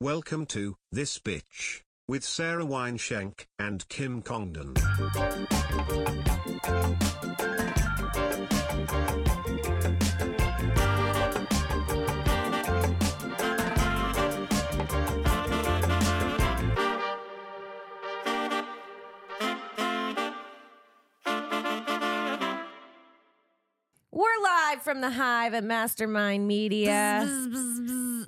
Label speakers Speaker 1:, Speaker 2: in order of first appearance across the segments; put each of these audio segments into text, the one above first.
Speaker 1: Welcome to This Bitch with Sarah Wineshank and Kim Congdon.
Speaker 2: We're live from the Hive at Mastermind Media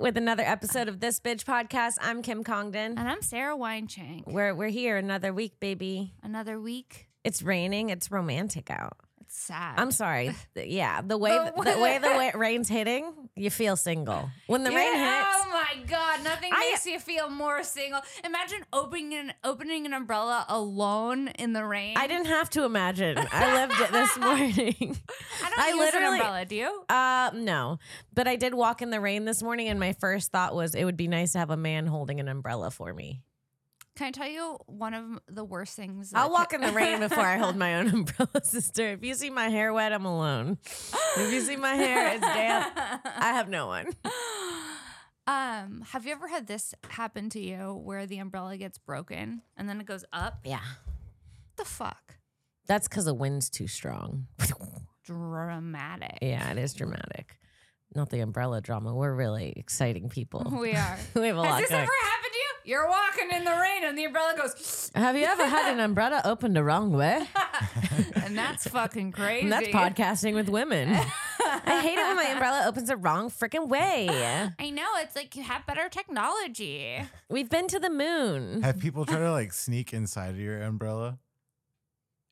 Speaker 2: with another episode of This Bitch Podcast. I'm Kim Congdon.
Speaker 3: And I'm Sarah Wineshank.
Speaker 2: We're we're here another week, baby.
Speaker 3: Another week.
Speaker 2: It's raining. It's romantic out.
Speaker 3: It's sad.
Speaker 2: I'm sorry. Th- Yeah, the way
Speaker 3: The
Speaker 2: the, way the
Speaker 3: weather.
Speaker 2: wa- rain's hitting, you feel single when the
Speaker 3: Yeah,
Speaker 2: rain hits.
Speaker 3: Oh my god, nothing
Speaker 2: I-
Speaker 3: makes you feel more single. Imagine opening an opening an umbrella alone in the rain.
Speaker 2: I didn't have to imagine. I lived it this morning.
Speaker 3: I don't
Speaker 2: I
Speaker 3: use
Speaker 2: literally-
Speaker 3: an umbrella, do you?
Speaker 2: Uh, no, but I did walk in the rain this morning, and my first thought was it would be nice to have a man holding an umbrella for me.
Speaker 3: Can I tell you one of the worst things? that
Speaker 2: I'll walk
Speaker 3: could-
Speaker 2: in the rain before I hold my own umbrella, sister. If you see my hair wet, I'm alone. If you see my hair, it's damp. I have no one.
Speaker 3: Um, have you ever had this happen to you where the umbrella gets broken and then it goes up?
Speaker 2: Yeah.
Speaker 3: the fuck?
Speaker 2: That's because the wind's too strong.
Speaker 3: Dramatic.
Speaker 2: yeah, it is dramatic. Not the umbrella drama. We're really exciting people.
Speaker 3: We are.
Speaker 2: We have a lot
Speaker 3: Has this
Speaker 2: going.
Speaker 3: ever happened to you? You're walking in the rain and the umbrella goes,
Speaker 2: Have you ever had an umbrella opened the wrong way?
Speaker 3: and that's fucking crazy.
Speaker 2: And that's podcasting with women. I hate it when my umbrella opens the wrong freaking way.
Speaker 3: I know. It's like you have better technology.
Speaker 2: We've been to the moon.
Speaker 4: Have people try to like sneak inside of your umbrella?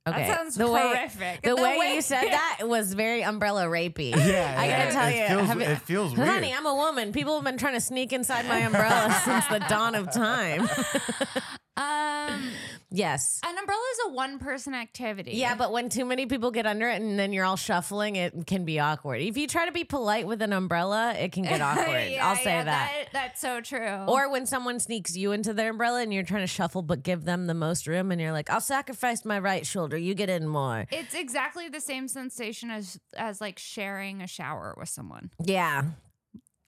Speaker 2: Okay.
Speaker 3: That sounds
Speaker 2: the way,
Speaker 3: horrific.
Speaker 2: the, way, you said that was very umbrella rapey. I gotta
Speaker 3: yeah.
Speaker 2: tell
Speaker 4: it
Speaker 2: you,
Speaker 4: feels,
Speaker 2: have you-
Speaker 4: it feels weird.
Speaker 2: honey, I'm a woman. People have been trying to sneak inside my umbrella since the dawn of time.
Speaker 3: Um,
Speaker 2: yes.
Speaker 3: an umbrella is a one person activity.
Speaker 2: Yeah, but when too many people get under it and then you're all shuffling, it can be awkward. If you try to be polite with an umbrella, it can get awkward.
Speaker 3: Yeah,
Speaker 2: I'll say
Speaker 3: yeah,
Speaker 2: that.
Speaker 3: That's so true.
Speaker 2: Or when someone sneaks you into their umbrella and you're trying to shuffle but give them the most room and you're like, I'll sacrifice my right shoulder, you get in more.
Speaker 3: it's exactly the same sensation as as like sharing a shower with someone.
Speaker 2: Yeah.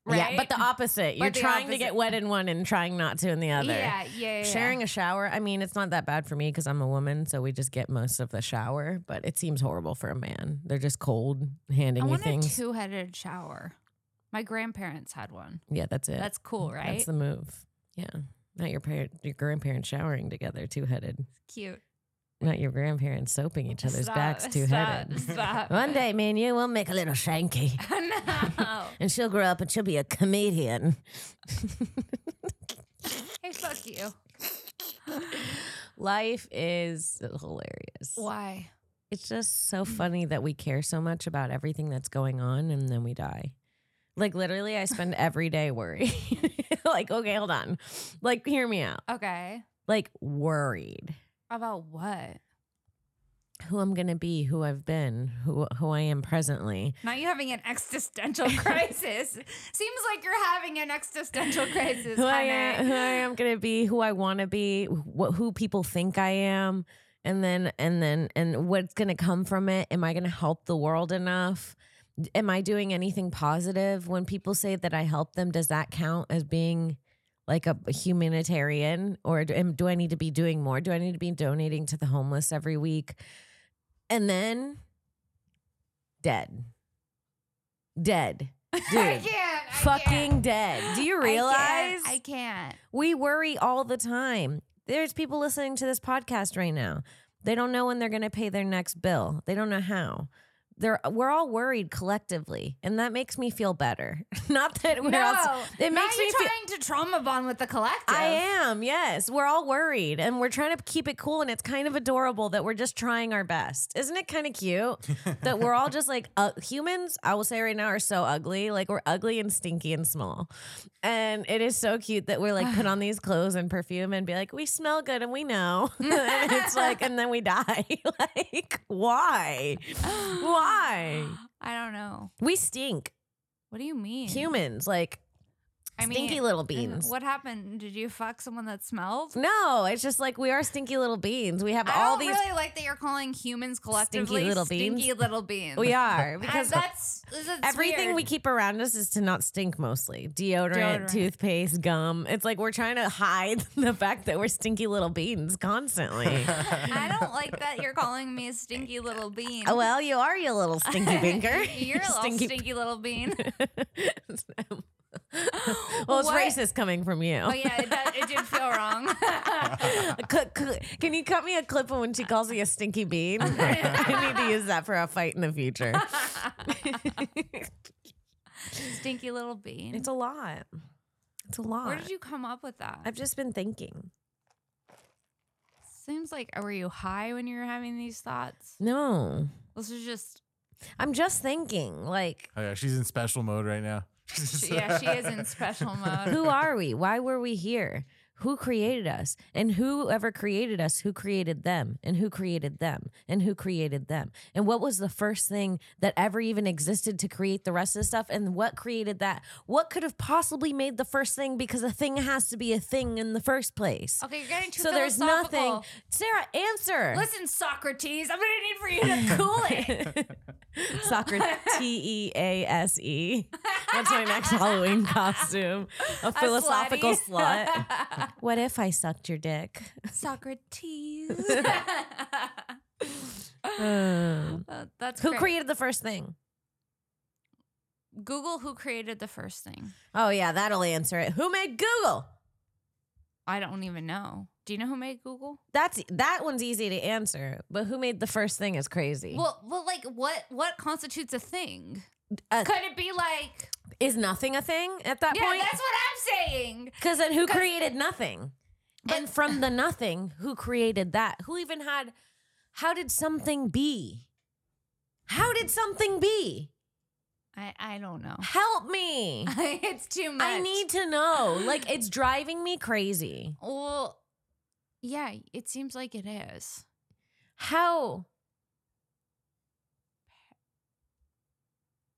Speaker 2: Yeah,
Speaker 3: Right?
Speaker 2: but the opposite. You're
Speaker 3: the
Speaker 2: trying to
Speaker 3: opposite.
Speaker 2: get wet in one and trying not to in the other.
Speaker 3: Yeah, yeah, yeah.
Speaker 2: Sharing a shower, I mean, it's not that bad for me because I'm a woman, so we just get most of the shower, but it seems horrible for a man. They're just cold, handing
Speaker 3: I
Speaker 2: you
Speaker 3: want a
Speaker 2: things.
Speaker 3: two headed shower. My grandparents had one.
Speaker 2: yeah, that's it.
Speaker 3: That's cool, right?
Speaker 2: That's the move. Yeah. Not your parent, your grandparents showering together two headed.
Speaker 3: cute.
Speaker 2: Not your grandparents soaping each other's
Speaker 3: Stop,
Speaker 2: backs two headed.
Speaker 3: Stop. stop.
Speaker 2: One day, me and you will make a little shanky,
Speaker 3: no.
Speaker 2: and she'll grow up and she'll be a comedian.
Speaker 3: Hey, fuck you.
Speaker 2: Life is hilarious.
Speaker 3: Why?
Speaker 2: It's just so funny that we care so much about everything that's going on and then we die. Like literally I spend every day worrying. like, okay, hold on. Like, hear me out.
Speaker 3: Okay.
Speaker 2: Like worried.
Speaker 3: About what?
Speaker 2: Who I'm gonna be, who I've been, who who I am presently.
Speaker 3: Now you're having an existential crisis. Seems like you're having an existential crisis,
Speaker 2: Who I am,
Speaker 3: honey.
Speaker 2: who I am gonna be, who I wanna be, what who people think I am, and then and then and what's gonna come from it. Am I gonna help the world enough? Am I doing anything positive? When people say that I help them, does that count as being like a humanitarian or do, am, do I need to be doing more? Do I need to be donating to the homeless every week? And then dead. Dead.
Speaker 3: I
Speaker 2: Dude.
Speaker 3: can't. I
Speaker 2: Fucking dead. Do you
Speaker 3: can't.
Speaker 2: realize?
Speaker 3: I can't.
Speaker 2: We worry all the time. There's people listening to this podcast right now. They don't know when they're going to pay their next bill. They don't know how. They're we're all worried collectively, and that makes me feel better. Not that we're
Speaker 3: No.
Speaker 2: all. It
Speaker 3: now
Speaker 2: makes
Speaker 3: you're
Speaker 2: me feel.
Speaker 3: trying to trauma bond with the collective.
Speaker 2: I am. Yes, we're all worried, and we're trying to keep it cool. And it's kind of adorable that we're just trying our best. Isn't it kind of cute that we're all just like uh, humans? I will say right now are so ugly. Like we're ugly and stinky and small, and it is so cute that we're like put on these clothes and perfume and be like we smell good and we know. and it's like and then we die. like why? Why
Speaker 3: I don't know.
Speaker 2: we stink?
Speaker 3: What do you mean?
Speaker 2: Humans like.
Speaker 3: I mean,
Speaker 2: stinky little
Speaker 3: and
Speaker 2: beans.
Speaker 3: What happened? Did you fuck someone that smelled?
Speaker 2: No, it's just like we are stinky little beans. We have
Speaker 3: I
Speaker 2: all
Speaker 3: don't
Speaker 2: these.
Speaker 3: really like that you're calling humans collectively
Speaker 2: little
Speaker 3: stinky
Speaker 2: beans.
Speaker 3: little beans.
Speaker 2: we are
Speaker 3: I-
Speaker 2: because
Speaker 3: that's, that's
Speaker 2: everything
Speaker 3: weird.
Speaker 2: we keep around us is to not stink mostly deodorant,
Speaker 3: Deodorant.
Speaker 2: toothpaste, gum. It's like we're trying to hide the fact that we're stinky little beans constantly.
Speaker 3: I don't like that you're calling me a stinky little bean.
Speaker 2: Oh, well, you are you little stinky binker.
Speaker 3: you're a little stinky,
Speaker 2: stinky.
Speaker 3: little bean.
Speaker 2: well, it's
Speaker 3: What?
Speaker 2: racist coming from you.
Speaker 3: Oh yeah, it, does- it did feel wrong.
Speaker 2: C- c- Can you cut me a clip of when she calls me a stinky bean? I need to use that for a fight in the future.
Speaker 3: stinky little bean.
Speaker 2: It's a lot. It's a lot.
Speaker 3: Where did you come up with that?
Speaker 2: I've just been thinking.
Speaker 3: Seems like were you high when you were having these thoughts?
Speaker 2: No,
Speaker 3: This is just
Speaker 2: I'm just thinking. Like,
Speaker 4: Oh yeah, she's in special mode right now.
Speaker 3: yeah, she is in special mode.
Speaker 2: who are we? Why were we here? Who created us? And whoever created us, who created them? And who created them? And who created them? And what was the first thing that ever even existed to create the rest of the stuff? And what created that? What could have possibly made the first thing? Because a thing has to be a thing in the first place.
Speaker 3: Okay, you're getting too
Speaker 2: So there's nothing.
Speaker 3: philosophical.
Speaker 2: Sarah, answer.
Speaker 3: Listen, Socrates, I'm gonna need for you to cool it.
Speaker 2: Socrates, T E A S E. That's my next Halloween costume. A philosophical
Speaker 3: slutty.
Speaker 2: slut. What if I sucked your dick?
Speaker 3: Socrates.
Speaker 2: Um,
Speaker 3: Uh, That's
Speaker 2: who
Speaker 3: great.
Speaker 2: created the first thing?
Speaker 3: Google who created the first thing.
Speaker 2: Oh, yeah, that'll answer it. Who made Google?
Speaker 3: I don't even know. Do you know who made Google?
Speaker 2: That's that one's easy to answer, but who made the first thing is crazy.
Speaker 3: Well, well, like what what constitutes a thing?
Speaker 2: A-
Speaker 3: Could it be like?
Speaker 2: is nothing a thing at that
Speaker 3: Yeah,
Speaker 2: point?
Speaker 3: that's what I'm saying.
Speaker 2: Because then who created nothing?
Speaker 3: But-
Speaker 2: and from the nothing, who created that? Who even had, how did something be? How did something be?
Speaker 3: I I don't know.
Speaker 2: Help me.
Speaker 3: it's too much.
Speaker 2: I need to know. Like, it's driving me crazy.
Speaker 3: Well, yeah, it seems like it is.
Speaker 2: How?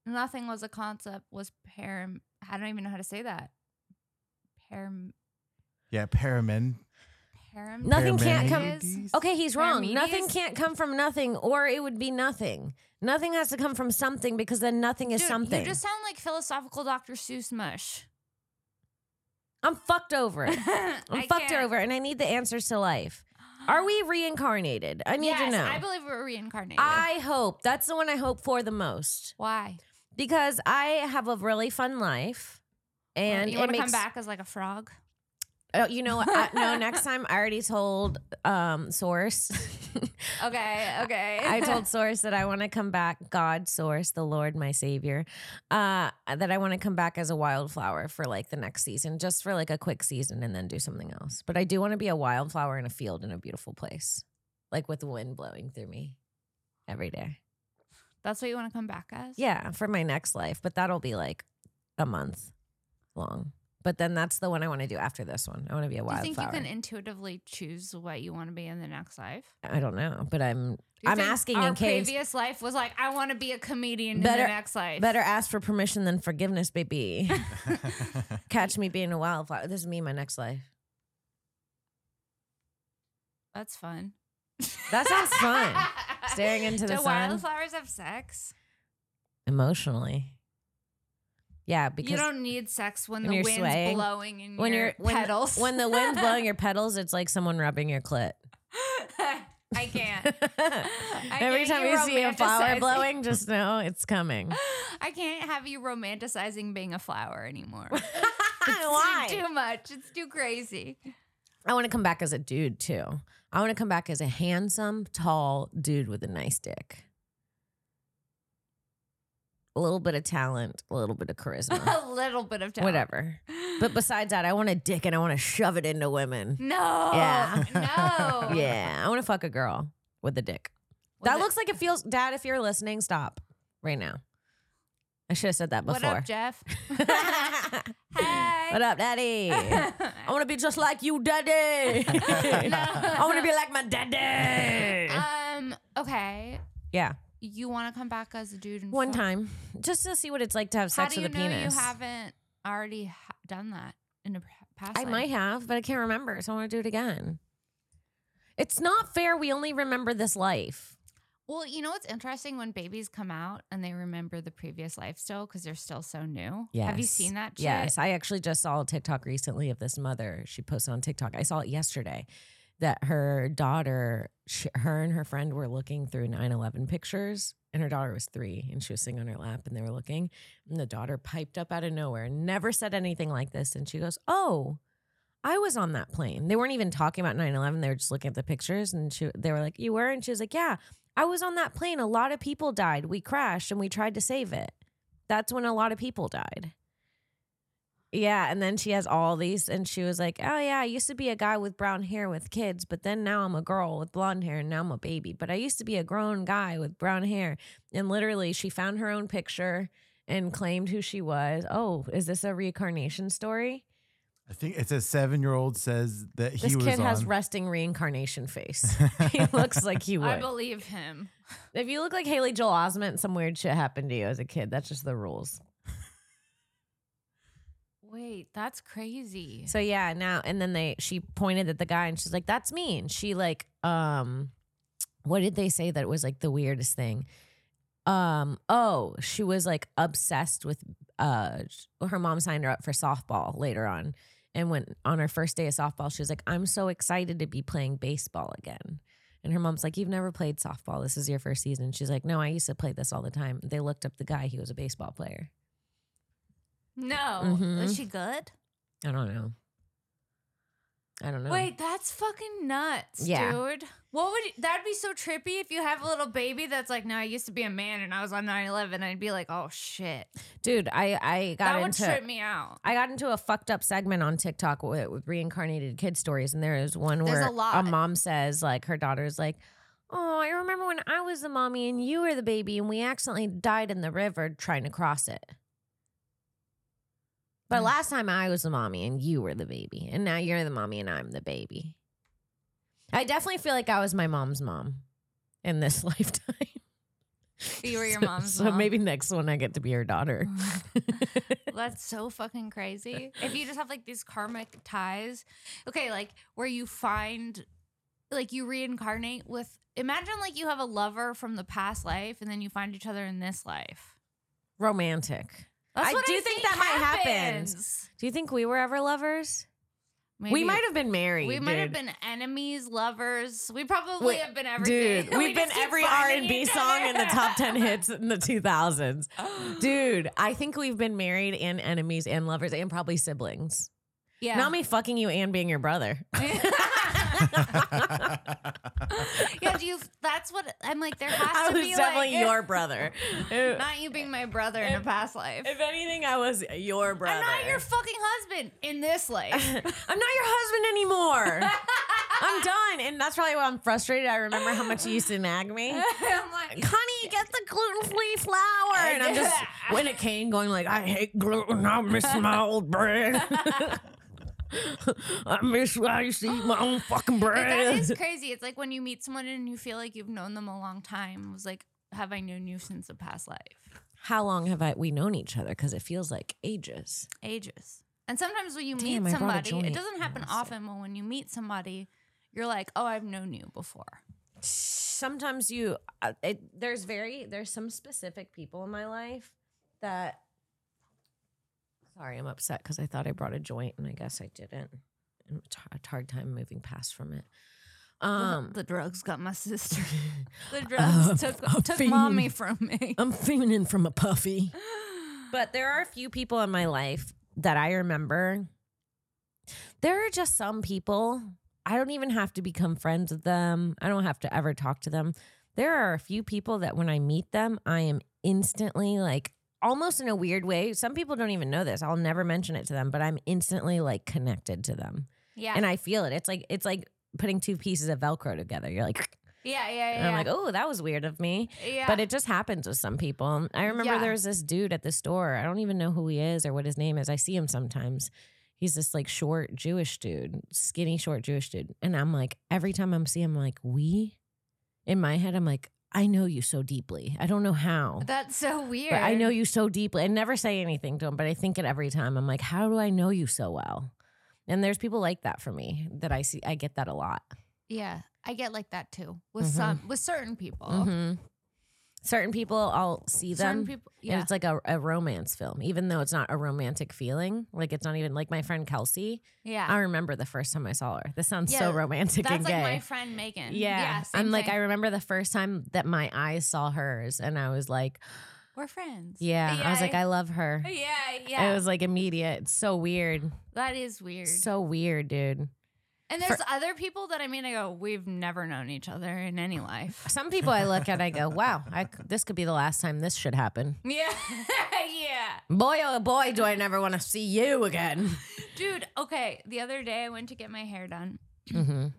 Speaker 3: Nothing was a concept. Was param? I don't even know how to say that. Param.
Speaker 4: Yeah, paramin.
Speaker 3: Param.
Speaker 2: Nothing can't come-
Speaker 4: Paramedics?
Speaker 2: Okay, he's wrong.
Speaker 3: Paramedes?
Speaker 2: Nothing can't come from nothing, or it would be nothing. Nothing has to come from something because then nothing is
Speaker 3: Dude,
Speaker 2: something.
Speaker 3: You just sound like philosophical Dr. Seuss mush.
Speaker 2: I'm fucked over it. I'm
Speaker 3: I
Speaker 2: fucked
Speaker 3: can't.
Speaker 2: over, it, and I need the answers to life. Are we reincarnated? I need
Speaker 3: yes,
Speaker 2: to know.
Speaker 3: I believe we're reincarnated.
Speaker 2: I hope that's the one I hope for the most
Speaker 3: Why?
Speaker 2: because I have a really fun life, and
Speaker 3: you
Speaker 2: it
Speaker 3: want to
Speaker 2: makes
Speaker 3: come back as like a frog?
Speaker 2: Oh, you know, what? I, no. Next time, I already told um source.
Speaker 3: Okay, okay.
Speaker 2: I told Source that I want to come back, God, Source, the Lord, my Savior, uh, that I want to come back as a wildflower for like the next season, just for like a quick season and then do something else. But I do want to be a wildflower in a field in a beautiful place, like with the wind blowing through me every day.
Speaker 3: That's what you want to come back as?
Speaker 2: Yeah, for my next life, but that'll be like a month long. But then that's the one I want to do after this one. I want to be a
Speaker 3: Do you think you
Speaker 2: wildflower.
Speaker 3: can intuitively choose what you want to be in the next life?
Speaker 2: I don't know, but I'm
Speaker 3: Do you
Speaker 2: I'm
Speaker 3: think
Speaker 2: asking
Speaker 3: our
Speaker 2: in case.
Speaker 3: previous life was like, I want to be a comedian in
Speaker 2: Better-
Speaker 3: the next life.
Speaker 2: Better ask for permission than forgiveness, baby. Catch me being a wildflower. This is me in my next life.
Speaker 3: That's fun.
Speaker 2: That sounds fun. Staring into the
Speaker 3: Do
Speaker 2: sun
Speaker 3: wildflowers have sex?
Speaker 2: emotionally. Yeah, because
Speaker 3: you don't need sex when,
Speaker 2: when
Speaker 3: the
Speaker 2: you're
Speaker 3: wind's
Speaker 2: swaying.
Speaker 3: blowing in
Speaker 2: when
Speaker 3: your
Speaker 2: you're when,
Speaker 3: petals.
Speaker 2: when the wind's blowing your petals, it's like someone rubbing your clit.
Speaker 3: I can't.
Speaker 2: Every
Speaker 3: can't
Speaker 2: time
Speaker 3: be
Speaker 2: you see a flower
Speaker 3: romanticizing.
Speaker 2: blowing, just know it's coming.
Speaker 3: I can't have you romanticizing being a flower anymore.
Speaker 2: Why?
Speaker 3: It's too much. It's too crazy.
Speaker 2: I want to come back as a dude too. I want to come back as a handsome, tall dude with a nice dick. A little bit of talent, a little bit of charisma,
Speaker 3: a little bit of time.
Speaker 2: whatever. But besides that, I want a dick and I want to shove it into women.
Speaker 3: no.
Speaker 2: Yeah.
Speaker 3: No.
Speaker 2: Yeah, I want to fuck a girl with a dick.
Speaker 3: Well,
Speaker 2: that looks like it feels, Dad, if you're listening, stop right now. I should have said that
Speaker 3: What
Speaker 2: before.
Speaker 3: up, Jeff?
Speaker 2: What
Speaker 3: Hi.
Speaker 2: up, Daddy? I want to be just like you, Daddy. I want to be like my daddy.
Speaker 3: um. Okay.
Speaker 2: yeah.
Speaker 3: You want to come back as a dude? And
Speaker 2: One
Speaker 3: fuck-
Speaker 2: time, just to see what it's like to have
Speaker 3: How
Speaker 2: sex
Speaker 3: do
Speaker 2: with
Speaker 3: you
Speaker 2: a
Speaker 3: know
Speaker 2: penis.
Speaker 3: you haven't already ha- done that in the past.
Speaker 2: I
Speaker 3: life.
Speaker 2: might have, but I can't remember. So I want to do it again. It's not fair. We only remember this life.
Speaker 3: Well, you know what's interesting when babies come out and they remember the previous life still because they're still so new. Have you
Speaker 2: Yes.
Speaker 3: seen that? Shit?
Speaker 2: Yes. I actually just saw a TikTok recently of this mother. She posted on TikTok. I saw it yesterday that her daughter, she, her and her friend were looking through 9 11 pictures, and her daughter was three and she was sitting on her lap and they were looking. And the daughter piped up out of nowhere, never said anything like this. And she goes, Oh, I was on that plane. They weren't even talking about 9 11. They were just looking at the pictures. And she, they were like, You were? And she was like, Yeah, I was on that plane. A lot of people died. We crashed and we tried to save it. That's when a lot of people died. Yeah. And then she has all these. And she was like, Oh, yeah, I used to be a guy with brown hair with kids, but then now I'm a girl with blonde hair and now I'm a baby. But I used to be a grown guy with brown hair. And literally, she found her own picture and claimed who she was. Oh, is this a reincarnation story?
Speaker 4: I think it's a seven year old says that he
Speaker 2: This
Speaker 4: was
Speaker 2: kid
Speaker 4: on.
Speaker 2: has resting reincarnation face. he looks like he
Speaker 3: I
Speaker 2: would.
Speaker 3: believe him.
Speaker 2: if you look like Haley Joel Osment, some weird shit happened to you as a kid. That's just the rules.
Speaker 3: Wait, that's crazy.
Speaker 2: So yeah, now and then they she pointed at the guy and she's like, "That's me." And she like, um, what did they say that was like the weirdest thing? Um, oh, she was like obsessed with uh her mom signed her up for softball later on. And when on her first day of softball, she was like, I'm so excited to be playing baseball again. And her mom's like, You've never played softball. This is your first season. She's like, No, I used to play this all the time. They looked up the guy, he was a baseball player.
Speaker 3: no,
Speaker 2: Mhm.
Speaker 3: is she good?
Speaker 2: I don't know. I don't know.
Speaker 3: Wait, that's fucking nuts,
Speaker 2: Yeah.
Speaker 3: dude. What would that'd be so trippy if you have a little baby that's like, no, I used to be a man and I was on 9/11. I'd be like, oh shit,
Speaker 2: Dude, I, I got
Speaker 3: that would
Speaker 2: into
Speaker 3: trip me out.
Speaker 2: I got into a fucked up segment on TikTok with, with reincarnated kid stories, and there is one
Speaker 3: There's
Speaker 2: where
Speaker 3: a lot.
Speaker 2: mom says, like, her daughter's like, "Oh, I remember when I was the mommy and you were the baby, and we accidentally died in the river trying to cross it." But
Speaker 3: Mm.
Speaker 2: last time I was the mommy and you were the baby, and now you're the mommy and I'm the baby. I definitely feel like I was my mom's mom in this lifetime.
Speaker 3: You were your
Speaker 2: So-
Speaker 3: mom's
Speaker 2: so
Speaker 3: mom.
Speaker 2: maybe next one I get to be her daughter.
Speaker 3: That's so fucking crazy. If you just have like these karmic ties, okay, like where you find, like you reincarnate with. Imagine like you have a lover from the past life, and then you find each other in this life.
Speaker 2: Romantic.
Speaker 3: That's
Speaker 2: I
Speaker 3: what
Speaker 2: do think that might happen. Do you think we were ever lovers?
Speaker 3: Maybe-
Speaker 2: We might have been married.
Speaker 3: We might have
Speaker 2: dude.
Speaker 3: been enemies, lovers. We probably
Speaker 2: Wait,
Speaker 3: have been everything.
Speaker 2: Dude,
Speaker 3: We
Speaker 2: we've been
Speaker 3: just keep
Speaker 2: every R
Speaker 3: finding
Speaker 2: and B
Speaker 3: each
Speaker 2: song in the
Speaker 3: other.
Speaker 2: top ten hits in the two thousands. Dude, I think we've been married and enemies and lovers and probably siblings.
Speaker 3: Yeah.
Speaker 2: Not me fucking you and being your brother.
Speaker 3: yeah, do you? That's what I'm like. There has
Speaker 2: I
Speaker 3: to
Speaker 2: was
Speaker 3: be
Speaker 2: definitely
Speaker 3: like,
Speaker 2: your brother. If
Speaker 3: Not you being my brother in a past life.
Speaker 2: if anything, I was your brother.
Speaker 3: I'm not your fucking husband in this life.
Speaker 2: I'm not your husband anymore. I'm done. And that's probably why I'm frustrated. I remember how much you used to nag me.
Speaker 3: I'm like,
Speaker 2: honey, get the gluten free flour. And I'm just when it came going like, I hate gluten. I miss my old bread. I miss I used to eat my own fucking
Speaker 3: But that
Speaker 2: bread.
Speaker 3: is crazy. It's like when you meet someone and you feel like you've known them a long time. It was like, have I known you since a past life?
Speaker 2: How long have I we known each other? Because it feels like ages.
Speaker 3: Ages. And sometimes when you
Speaker 2: Damn, I
Speaker 3: meet
Speaker 2: brought a
Speaker 3: somebody, it
Speaker 2: joint.
Speaker 3: doesn't happen
Speaker 2: Honestly.
Speaker 3: often, but when you meet somebody, you're like, oh, I've known you before.
Speaker 2: Sometimes you, uh, it, there's very there's some specific people in my life that. Sorry, I'm upset because I thought I brought a joint and I guess I didn't. I'm t- a hard time moving past from it.
Speaker 3: The-
Speaker 2: Um,
Speaker 3: the drugs got my sister. the drugs
Speaker 2: Uh,
Speaker 3: took,
Speaker 2: a
Speaker 3: took
Speaker 2: fiend.
Speaker 3: mommy from me.
Speaker 2: I'm feminine from a puffy. But there are a few people in my life that I remember. There are just some people. I don't even have to become friends with them. I don't have to ever talk to them. There are a few people that when I meet them, I am instantly like almost in a weird way. Some people don't even know this. I'll never mention it to them, but I'm instantly like connected to them.
Speaker 3: Yeah.
Speaker 2: And I feel it. It's like it's like putting two pieces of velcro together. You're like
Speaker 3: yeah, yeah, yeah.
Speaker 2: and I'm like, "Oh, that was weird of me."
Speaker 3: yeah.
Speaker 2: But it just happens with some people. I remember
Speaker 3: Yeah.
Speaker 2: there was this dude at the store. I don't even know who he is or what his name is. I see him sometimes. He's this like short Jewish dude, skinny short Jewish dude. And I'm like, every time I'm see him, I'm like, we in my head, I'm like, I know you so deeply. I don't know how.
Speaker 3: That's so weird.
Speaker 2: But I know you so deeply. I never say anything to him, but I think it every time. I'm like, how do I know you so well? And there's people like that for me that I see. I get that a lot.
Speaker 3: Yeah, I get like that too with
Speaker 2: Mhm.
Speaker 3: some with certain people.
Speaker 2: Mhm. Certain people, I'll see
Speaker 3: Certain
Speaker 2: them.
Speaker 3: people.
Speaker 2: And
Speaker 3: Yeah.
Speaker 2: it's like a, a romance film, even though it's not a romantic feeling. Like it's not even like my friend Kelsey.
Speaker 3: Yeah.
Speaker 2: I remember the first time I saw her. This sounds so
Speaker 3: Yeah,
Speaker 2: romantic
Speaker 3: That's
Speaker 2: and
Speaker 3: like
Speaker 2: gay.
Speaker 3: my friend Megan.
Speaker 2: yeah.
Speaker 3: same
Speaker 2: I'm like,
Speaker 3: thing.
Speaker 2: I remember the first time that my eyes saw hers and I was like,
Speaker 3: we're friends.
Speaker 2: yeah. I was like, I love her.
Speaker 3: Yeah, Oh, yeah.
Speaker 2: It was like immediate. It's so weird.
Speaker 3: that is weird.
Speaker 2: So weird, dude.
Speaker 3: and there's other people that I mean, I go, we've never known each other in any life.
Speaker 2: Some people I look at, I go, wow, I c this could be the last time this should happen.
Speaker 3: Yeah, yeah.
Speaker 2: Boy, oh boy, do I never want to see you again.
Speaker 3: Dude, okay. The other day I went to get my hair done
Speaker 2: hmm
Speaker 3: and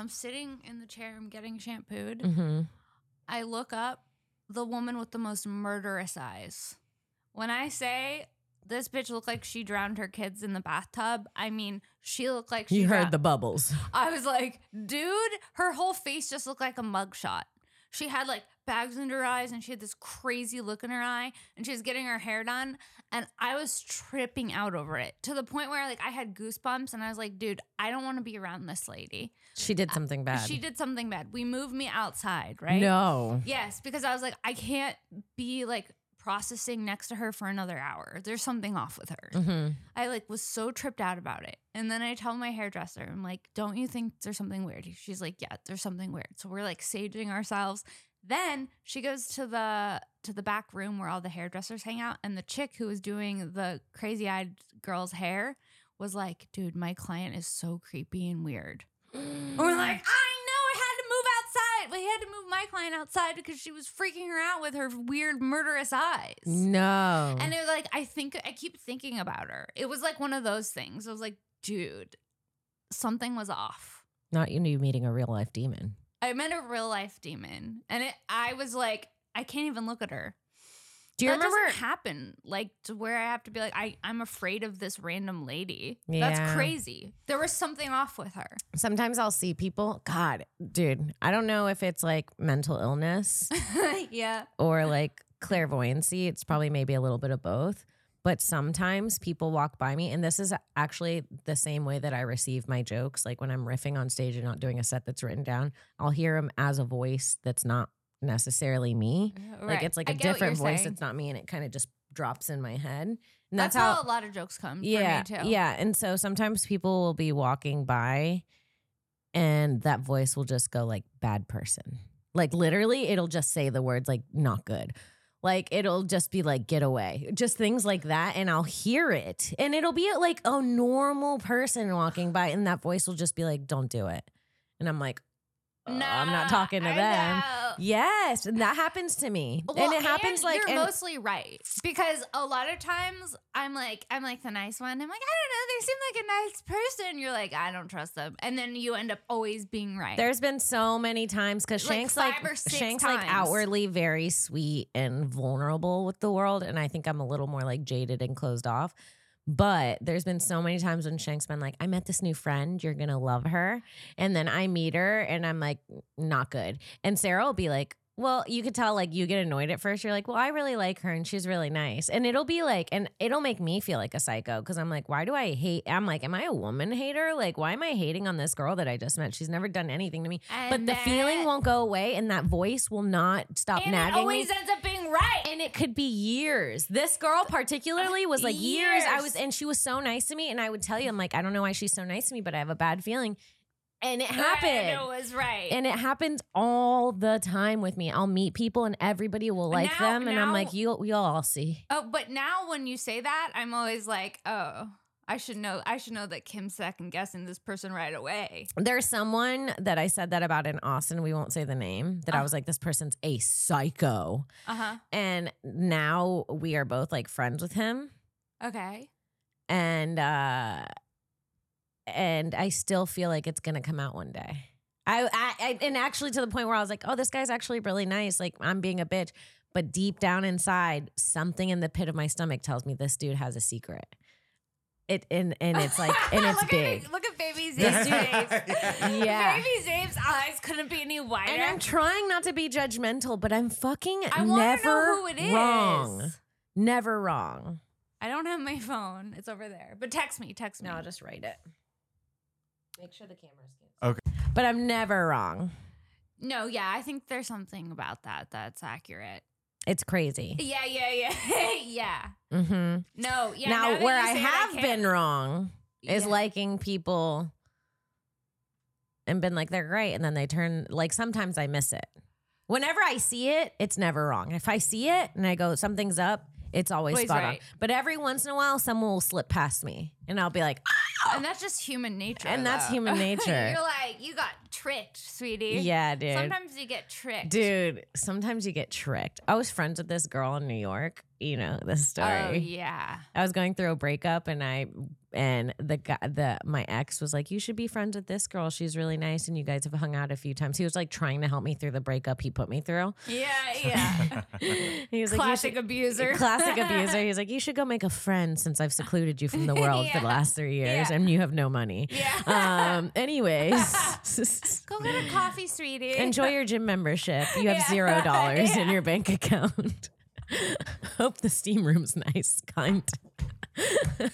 Speaker 3: I'm sitting in the chair, I'm getting shampooed.
Speaker 2: hmm
Speaker 3: I look up the woman with the most murderous eyes. When I say this bitch looked like she drowned her kids in the bathtub, I mean, she looked like she
Speaker 2: You
Speaker 3: drowned-
Speaker 2: heard the bubbles.
Speaker 3: I was like, dude, her whole face just looked like a mugshot. She had like bags under her eyes and she had this crazy look in her eye and she was getting her hair done. And I was tripping out over it to the point where like I had goosebumps and I was like, dude, I don't want to be around this lady.
Speaker 2: She did something bad.
Speaker 3: She did something bad. We moved me outside, right?
Speaker 2: No.
Speaker 3: Yes, because I was like, I can't be like processing next to her for another hour. There's something off with her.
Speaker 2: hmm
Speaker 3: I like was so tripped out about it. And then I tell my hairdresser, I'm like, don't you think there's something weird? She's like, yeah, there's something weird. So we're like saging ourselves. Then she goes to the to the back room where all the hairdressers hang out and the chick who was doing the crazy eyed girl's hair was like, dude, my client is so creepy and weird. And we're Mm-hmm. like, I know I had to move outside. We had to move my client outside because she was freaking her out with her weird murderous eyes.
Speaker 2: No.
Speaker 3: And it was like I think I keep thinking about her. It was like one of those things. I was like, dude, something was off.
Speaker 2: Not you knew meeting a real life demon.
Speaker 3: I met a real life demon, and it, I was like, I can't even look at her.
Speaker 2: Do you
Speaker 3: that
Speaker 2: remember?
Speaker 3: doesn't happen like to where I have to be like, I I'm afraid of this random lady. That's
Speaker 2: Yeah.
Speaker 3: crazy. There was something off with her.
Speaker 2: Sometimes I'll see people. God, dude, I don't know if it's like mental illness
Speaker 3: yeah.
Speaker 2: or like clairvoyancy. It's probably maybe a little bit of both. But sometimes people walk by me, and this is actually the same way that I receive my jokes. Like when I'm riffing on stage and not doing a set that's written down, I'll hear them as a voice that's not necessarily me. Like it's like
Speaker 3: a
Speaker 2: a different voice. It's not me, and it kind of just drops in my head. And
Speaker 3: That's,
Speaker 2: that's,
Speaker 3: how, a lot of jokes come.
Speaker 2: yeah,
Speaker 3: For me too.
Speaker 2: yeah. And so sometimes people will be walking by, and that voice will just go like "bad person," like literally, it'll just say the words like "not good." Like it'll just be like get away, just things like that, and I'll hear it, and it'll be like a normal person walking by, and that voice will just be like, "Don't do it," and I'm like, "Oh, "I'm not
Speaker 3: Nah,
Speaker 2: talking to
Speaker 3: I
Speaker 2: them."
Speaker 3: know.
Speaker 2: Yes, and that happens to me,
Speaker 3: Well,
Speaker 2: and it happens like
Speaker 3: you're
Speaker 2: and-
Speaker 3: mostly right because a lot of times I'm like I'm like the nice one. I'm like I don't know. They seem like a nice person. You're like I don't trust them, and then you end up always being right.
Speaker 2: There's been so many times because
Speaker 3: Like
Speaker 2: Shanks
Speaker 3: five
Speaker 2: like
Speaker 3: or six
Speaker 2: Shanks
Speaker 3: times.
Speaker 2: like outwardly very sweet and vulnerable with the world, and I think I'm a little more like jaded and closed off. But there's been so many times when Shanks been like, "I met this new friend, you're gonna love her," and then I meet her and I'm like, "Not good." And Sarah will be like. Well, you could tell like you get annoyed at first. You're like, "Well, I really like her and she's really nice." And it'll be like and it'll make me feel like a psycho cuz I'm like, "Why do I hate I'm like, am I a woman hater? Like, why am I hating on this girl that I just met? She's never done anything to me." but
Speaker 3: And
Speaker 2: the feeling
Speaker 3: that-
Speaker 2: won't go away and that voice will not stop
Speaker 3: and it
Speaker 2: nagging me
Speaker 3: always ends up being right.
Speaker 2: and it could be years this girl particularly was like years. i
Speaker 3: Years.
Speaker 2: was and she was so nice to me and i would tell you i'm like i don't know why she's so nice to me but i have a bad feeling and it
Speaker 3: And it
Speaker 2: happened
Speaker 3: was right.
Speaker 2: and it happens all the time with me i'll meet people and everybody will like
Speaker 3: Now-
Speaker 2: them and i'm
Speaker 3: now-
Speaker 2: like you we all see
Speaker 3: oh, but now when you say that, I'm always like, oh, I should know. I should know that Kim's second guessing this person right away.
Speaker 2: there's someone that i said that about in austin we won't say the name that i
Speaker 3: Uh.
Speaker 2: was like this person's a psycho
Speaker 3: Uh huh.
Speaker 2: Uh-huh. and now we are both like friends with him
Speaker 3: Okay.
Speaker 2: and uh and I still feel like it's gonna come out one day. I, I, I and actually to the point where I was like, oh, this guy's actually really nice. Like I'm being a bitch, but deep down inside, something in the pit of my stomach tells me this dude has a secret. It and and it's like and it's
Speaker 3: look
Speaker 2: big.
Speaker 3: At, look at baby baby Zape's face.
Speaker 2: Yeah.
Speaker 3: Baby Zape's eyes couldn't be any wider.
Speaker 2: And I'm trying not to be judgmental, but I'm fucking
Speaker 3: I want to
Speaker 2: never
Speaker 3: know who it is.
Speaker 2: wrong. Never wrong.
Speaker 3: I don't have my phone. It's over there. But text me. Text me.
Speaker 2: No, I'll just write it. Make sure the camera's good.
Speaker 4: Okay.
Speaker 2: But I'm never wrong.
Speaker 3: No, yeah, I think there's something about that that's accurate.
Speaker 2: It's crazy.
Speaker 3: Yeah, yeah, yeah, yeah.
Speaker 2: Mm-hmm.
Speaker 3: No, yeah.
Speaker 2: now,
Speaker 3: that
Speaker 2: where
Speaker 3: you
Speaker 2: I
Speaker 3: say it,
Speaker 2: have
Speaker 3: can't-
Speaker 2: been wrong is
Speaker 3: Yeah.
Speaker 2: liking people and been like, they're great. And then they turn, like, sometimes I miss it. Whenever I see it, it's never wrong. If I see it and I go, something's up, it's always
Speaker 3: Always
Speaker 2: spot on.
Speaker 3: right.
Speaker 2: But every once in a while, someone will slip past me and I'll be like, "Ah,
Speaker 3: and that's just human nature.
Speaker 2: And that's
Speaker 3: though.
Speaker 2: human nature.
Speaker 3: You're like, you got tricked, sweetie.
Speaker 2: yeah, dude.
Speaker 3: Sometimes you get tricked.
Speaker 2: Dude, sometimes you get tricked. I was friends with this girl in New York. You know this story.
Speaker 3: Oh yeah.
Speaker 2: I was going through a breakup, and I and the guy, the my ex was like, "You should be friends with this girl. She's really nice, and you guys have hung out a few times." He was like trying to help me through the breakup he put me through.
Speaker 3: Yeah, yeah.
Speaker 2: he was like, "You
Speaker 3: classic
Speaker 2: should-
Speaker 3: abuser.
Speaker 2: Classic abuser. He's like, you should go make a friend since I've secluded you from the world for
Speaker 3: Yeah.
Speaker 2: the last three years,
Speaker 3: Yeah.
Speaker 2: and you have no money.
Speaker 3: yeah.
Speaker 2: Um. Anyways,
Speaker 3: Go get a coffee, sweetie.
Speaker 2: Enjoy your gym membership. You have
Speaker 3: Yeah.
Speaker 2: zero dollars in
Speaker 3: Yeah.
Speaker 2: your bank account. Hope the steam room's nice, kind. so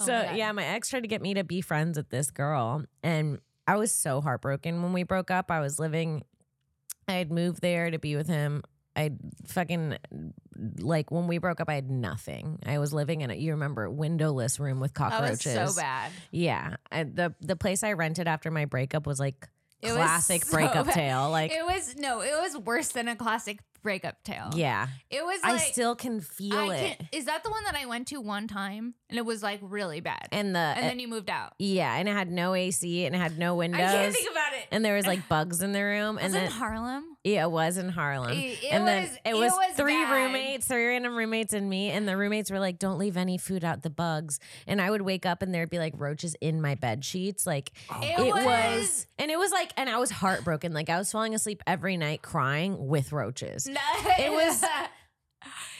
Speaker 3: Oh God.
Speaker 2: yeah, my ex tried to get me to be friends with this girl, and I was so heartbroken when we broke up. I was living, I had moved there to be with him. I fucking like when we broke up. I had nothing. I was living in a you remember windowless room with
Speaker 3: That Oh, was
Speaker 2: cockroaches.
Speaker 3: so bad.
Speaker 2: Yeah, I, the the place I rented after my breakup was like
Speaker 3: It was
Speaker 2: classic
Speaker 3: so
Speaker 2: breakup
Speaker 3: bad.
Speaker 2: tale. Like,
Speaker 3: It was no, it was worse than a classic breakup tale.
Speaker 2: yeah,
Speaker 3: It was
Speaker 2: I
Speaker 3: like
Speaker 2: still can feel
Speaker 3: I
Speaker 2: it.
Speaker 3: can't- Is that the one that I went to one time and it was like really bad?
Speaker 2: and
Speaker 3: And,
Speaker 2: uh, the eh,
Speaker 3: then you moved out.
Speaker 2: yeah, and it had no AC and it had no windows,
Speaker 3: I can't think about it.
Speaker 2: and there was like bugs in the room, and
Speaker 3: was
Speaker 2: then
Speaker 3: in Harlem.
Speaker 2: yeah, it was in Harlem.
Speaker 3: It- it
Speaker 2: and then
Speaker 3: was-
Speaker 2: it
Speaker 3: it
Speaker 2: was,
Speaker 3: was
Speaker 2: three
Speaker 3: bad.
Speaker 2: roommates, three random roommates, and me. And the roommates were like, "Don't leave any food out the bugs." And I would wake up, and there'd be like roaches in my bed sheets. Like
Speaker 3: It,
Speaker 2: it
Speaker 3: was,
Speaker 2: was, and it was like, and I was heartbroken. Like I was falling asleep every night crying with roaches.
Speaker 3: No,
Speaker 2: It was-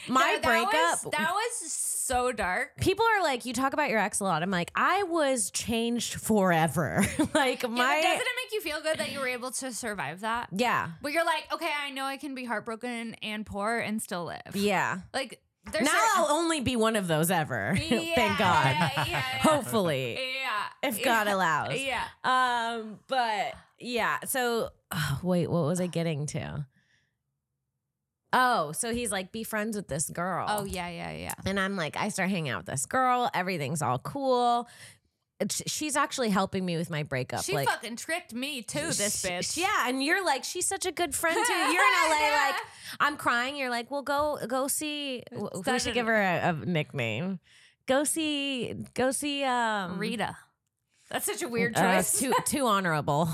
Speaker 2: My
Speaker 3: No,
Speaker 2: breakup.
Speaker 3: That was, that was so dark.
Speaker 2: people are like, you talk about your ex a lot. I'm like, I was changed forever. like
Speaker 3: Yeah,
Speaker 2: my
Speaker 3: but doesn't it make you feel good that you were able to survive that?
Speaker 2: yeah,
Speaker 3: But you're like, okay, I know I can be heartbroken and poor and still live.
Speaker 2: yeah.
Speaker 3: Like there's
Speaker 2: now
Speaker 3: certain-
Speaker 2: I'll only be one of those ever. Thank
Speaker 3: Yeah,
Speaker 2: God.
Speaker 3: yeah, yeah.
Speaker 2: Hopefully,
Speaker 3: Yeah.
Speaker 2: if God allows.
Speaker 3: Yeah.
Speaker 2: Um, but yeah. So oh, wait, what was I getting to? Oh, so he's like, be friends with this girl.
Speaker 3: Oh yeah, yeah, yeah.
Speaker 2: And I'm like, I start hanging out with this girl. Everything's all cool. It's- She's actually helping me with my breakup.
Speaker 3: She
Speaker 2: like,
Speaker 3: fucking tricked me too, this
Speaker 2: Sh-
Speaker 3: bitch.
Speaker 2: Yeah, and you're like, she's such a good friend too. You're in LA, like, I'm crying. You're like, well, go go see. w- We
Speaker 3: Such
Speaker 2: should
Speaker 3: a-
Speaker 2: give her a, a nickname. Go see, go see. Um,
Speaker 3: Rita. That's such a weird
Speaker 2: uh,
Speaker 3: choice.
Speaker 2: too too honorable.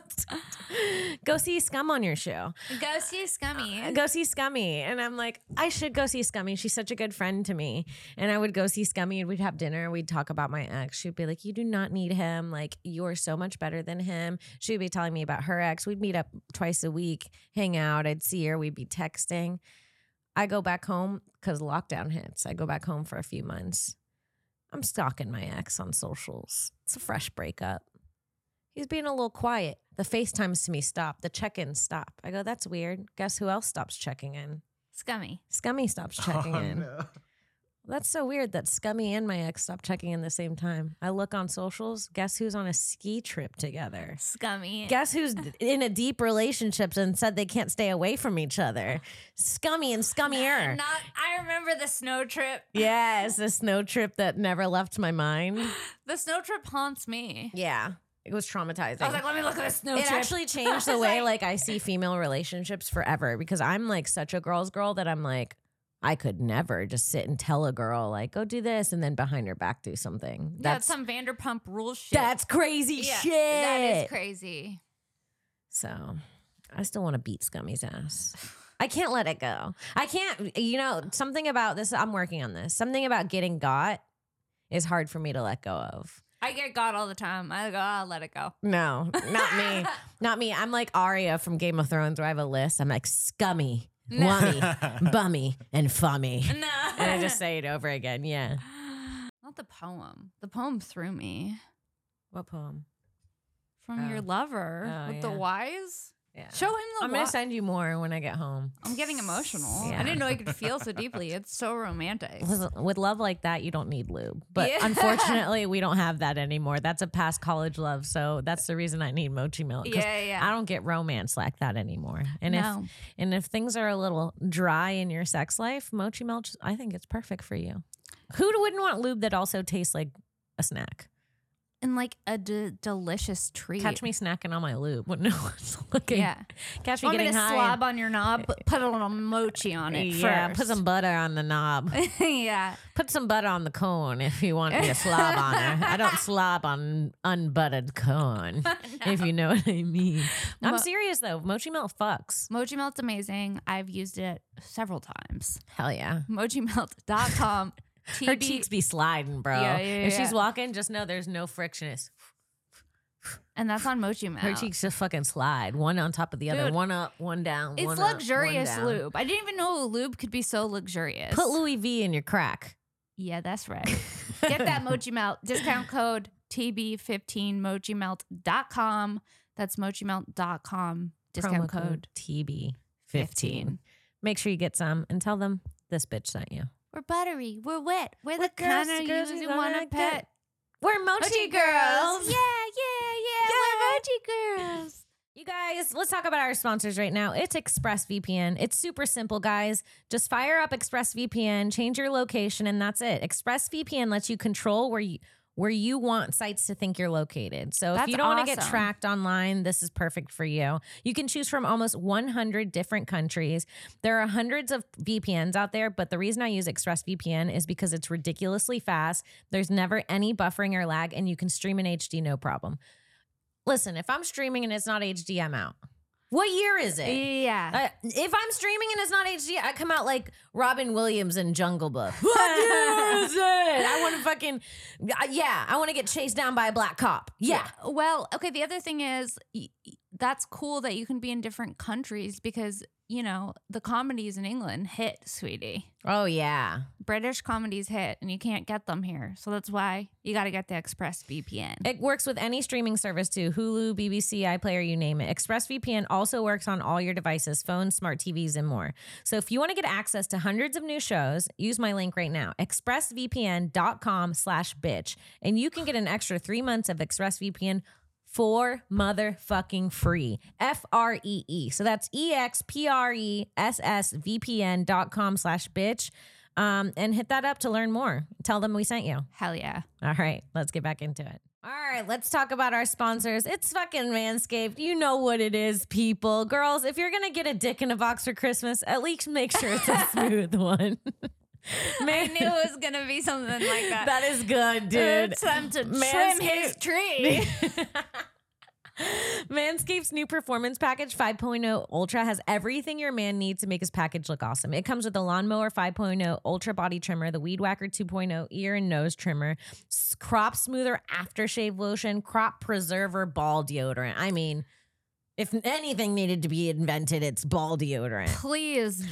Speaker 2: go see Scum on your show.
Speaker 3: Go see Scummy.
Speaker 2: Uh, Go see Scummy, and I'm like, I should go see Scummy. She's such a good friend to me, and I would go see Scummy, and we'd have dinner. We'd talk about my ex. She'd be like, "You do not need him. Like you are so much better than him." She'd be telling me about her ex. We'd meet up twice a week, hang out. I'd see her. We'd be texting. I go back home because lockdown hits. I go back home for a few months. I'm stalking my ex on socials. It's a fresh breakup. He's being a little quiet. The FaceTimes to me stop. The check ins stop. I go, that's weird. Guess who else stops checking in?
Speaker 3: Scummy.
Speaker 2: Scummy stops
Speaker 4: Oh,
Speaker 2: checking in. That's so weird that Scummy and my ex stopped checking in the same time. I look on socials. Guess who's on a ski trip together?
Speaker 3: Scummy.
Speaker 2: Guess who's in a deep relationship and said they can't stay away from each other? Scummy and scummier.
Speaker 3: Not I remember the snow trip.
Speaker 2: Yes, the snow trip that never left my mind.
Speaker 3: The snow trip haunts me.
Speaker 2: Yeah, it was traumatizing.
Speaker 3: I was like, let me look at the snow
Speaker 2: it
Speaker 3: trip.
Speaker 2: actually changed the
Speaker 3: was
Speaker 2: way like I see female relationships forever because I'm like such a girl's girl that I'm like I could never just sit and tell a girl like go do this and then behind her back do something.
Speaker 3: Yeah,
Speaker 2: That's
Speaker 3: that's some Vanderpump rule shit.
Speaker 2: that's crazy
Speaker 3: Yeah,
Speaker 2: shit.
Speaker 3: That is crazy.
Speaker 2: So I still want to beat Scummy's ass. I can't let it go. I can't, you know, something about this, I'm working on this. Something about getting got is hard for me to let go of.
Speaker 3: I get God all the time. I go, oh, I'll let it go.
Speaker 2: No, not me. not me. I'm like Arya from Game of Thrones where I have a list. I'm like scummy,
Speaker 3: No.
Speaker 2: wummy, bummy, and fummy.
Speaker 3: No.
Speaker 2: And I just say it over again. Yeah.
Speaker 3: Not the poem. The poem threw me.
Speaker 2: What poem?
Speaker 3: from your
Speaker 2: Oh.
Speaker 3: lover
Speaker 2: Oh,
Speaker 3: with the
Speaker 2: yeah.
Speaker 3: wise.
Speaker 2: Yeah.
Speaker 3: Show him the.
Speaker 2: I'm gonna
Speaker 3: wi-
Speaker 2: send you more when I get home.
Speaker 3: I'm getting emotional.
Speaker 2: Yeah.
Speaker 3: I didn't know I could feel so deeply. It's so romantic.
Speaker 2: With- With love like that, you don't need lube. But
Speaker 3: Yeah.
Speaker 2: unfortunately, we don't have that anymore. That's a past college love. So that's the reason I need mochi milk. 'cause
Speaker 3: Yeah,
Speaker 2: I
Speaker 3: yeah.
Speaker 2: don't get romance like that anymore. And
Speaker 3: No.
Speaker 2: if and if things are a little dry in your sex life, mochi milk, I think it's perfect for you. Who wouldn't want lube that also tastes like a snack?
Speaker 3: and like a de- delicious treat.
Speaker 2: Catch me snacking on my lube when no one's looking.
Speaker 3: Yeah.
Speaker 2: Catch me
Speaker 3: Want me to
Speaker 2: getting high.
Speaker 3: slob on your knob? But put a little mochi on it
Speaker 2: yeah,
Speaker 3: first.
Speaker 2: put some butter on the knob.
Speaker 3: yeah.
Speaker 2: Put some butter on the cone if you want me to slob on her. I don't slob on unbuttered cone, if you know what I mean. I'm
Speaker 3: Mo-
Speaker 2: serious though. Mochi milk fucks.
Speaker 3: Mochi Melt's amazing. I've used it several times.
Speaker 2: Hell yeah.
Speaker 3: Mojimelt.com.
Speaker 2: Her
Speaker 3: TB
Speaker 2: cheeks be sliding, bro.
Speaker 3: Yeah, yeah,
Speaker 2: if she's
Speaker 3: yeah.
Speaker 2: walking, just know there's no friction. It's,
Speaker 3: And that's on Mochi Melt.
Speaker 2: her cheeks just fucking slide, one on top of the other,
Speaker 3: Dude,
Speaker 2: one up, one down.
Speaker 3: It's
Speaker 2: one up, one
Speaker 3: luxurious
Speaker 2: down.
Speaker 3: lube. I didn't even know lube could be so luxurious.
Speaker 2: Put Louis V in your crack.
Speaker 3: Yeah, that's right. Get that Mochi Melt. Discount code TB15mojimelt.com. That's mojimelt.com.
Speaker 2: Promo
Speaker 3: Discount code
Speaker 2: TB15.
Speaker 3: 15.
Speaker 2: Make sure you get some and tell them this bitch sent you.
Speaker 3: We're buttery. We're wet. We're,
Speaker 2: We're
Speaker 3: the kind
Speaker 2: girls-
Speaker 3: of
Speaker 2: girls
Speaker 3: girls
Speaker 2: you
Speaker 3: you want
Speaker 2: wanna
Speaker 3: to
Speaker 2: get.
Speaker 3: pet.
Speaker 2: We're Mochi, girls.
Speaker 3: Yeah, yeah, yeah. We're Mochi girls.
Speaker 2: You guys, let's talk about our sponsors right now. It's ExpressVPN. It's super simple, guys. Just fire up ExpressVPN, change your location, and that's it. ExpressVPN lets you control where you where you want sites to think you're located. So if
Speaker 3: That's
Speaker 2: you don't want to get
Speaker 3: awesome.
Speaker 2: tracked online, this is perfect for you. You can choose from almost 100 different countries. There are hundreds of VPNs out there, but the reason I use ExpressVPN is because it's ridiculously fast. There's never any buffering or lag, and you can stream in HD no problem. Listen, if I'm streaming and it's not HD, I'm out. What year is it?
Speaker 3: Yeah.
Speaker 2: Uh, if I'm streaming and it's not HD, I come out like Robin Williams in Jungle Book. What year is it? I want to fucking, uh, yeah, I want to get chased down by a black cop. Yeah.
Speaker 3: Well, okay. The other thing is y- y- that's cool that you can be in different countries because, you know, the comedies in England hit, sweetie.
Speaker 2: Oh, yeah.
Speaker 3: British comedies hit and you can't get them here. So that's why you got to get the Express VPN.
Speaker 2: It works with any streaming service too Hulu, BBC, iPlayer, you name it. ExpressVPN also works on all your devices, phones, smart TVs, and more. So if you want to get access to hundreds of new shows, use my link right now, expressvpn.com slash bitch. And you can get an extra three months of ExpressVPN for motherfucking free. F R E E. So that's E X P R E S S V P N dot com slash bitch. Um, and hit that up to learn more. Tell them we sent you.
Speaker 3: Hell yeah.
Speaker 2: All right, let's get back into it. All right, let's talk about our sponsors. It's fucking Manscaped. You know what it is, people. Girls, if you're going to get a dick in a box for Christmas, at least make sure it's a smooth one.
Speaker 3: I
Speaker 2: Man,
Speaker 3: knew it was going to be something like that.
Speaker 2: that is good, dude.
Speaker 3: It's time to trim his
Speaker 2: Manscaped.
Speaker 3: tree.
Speaker 2: Manscaped's new performance package 5.0 Ultra has everything your man needs to make his package look awesome. It comes with the lawnmower 5.0 Ultra body trimmer, the weed whacker 2.0 ear and nose trimmer, s- crop smoother aftershave lotion, crop preserver ball deodorant. I mean, if anything needed to be invented, it's ball deodorant.
Speaker 3: Please.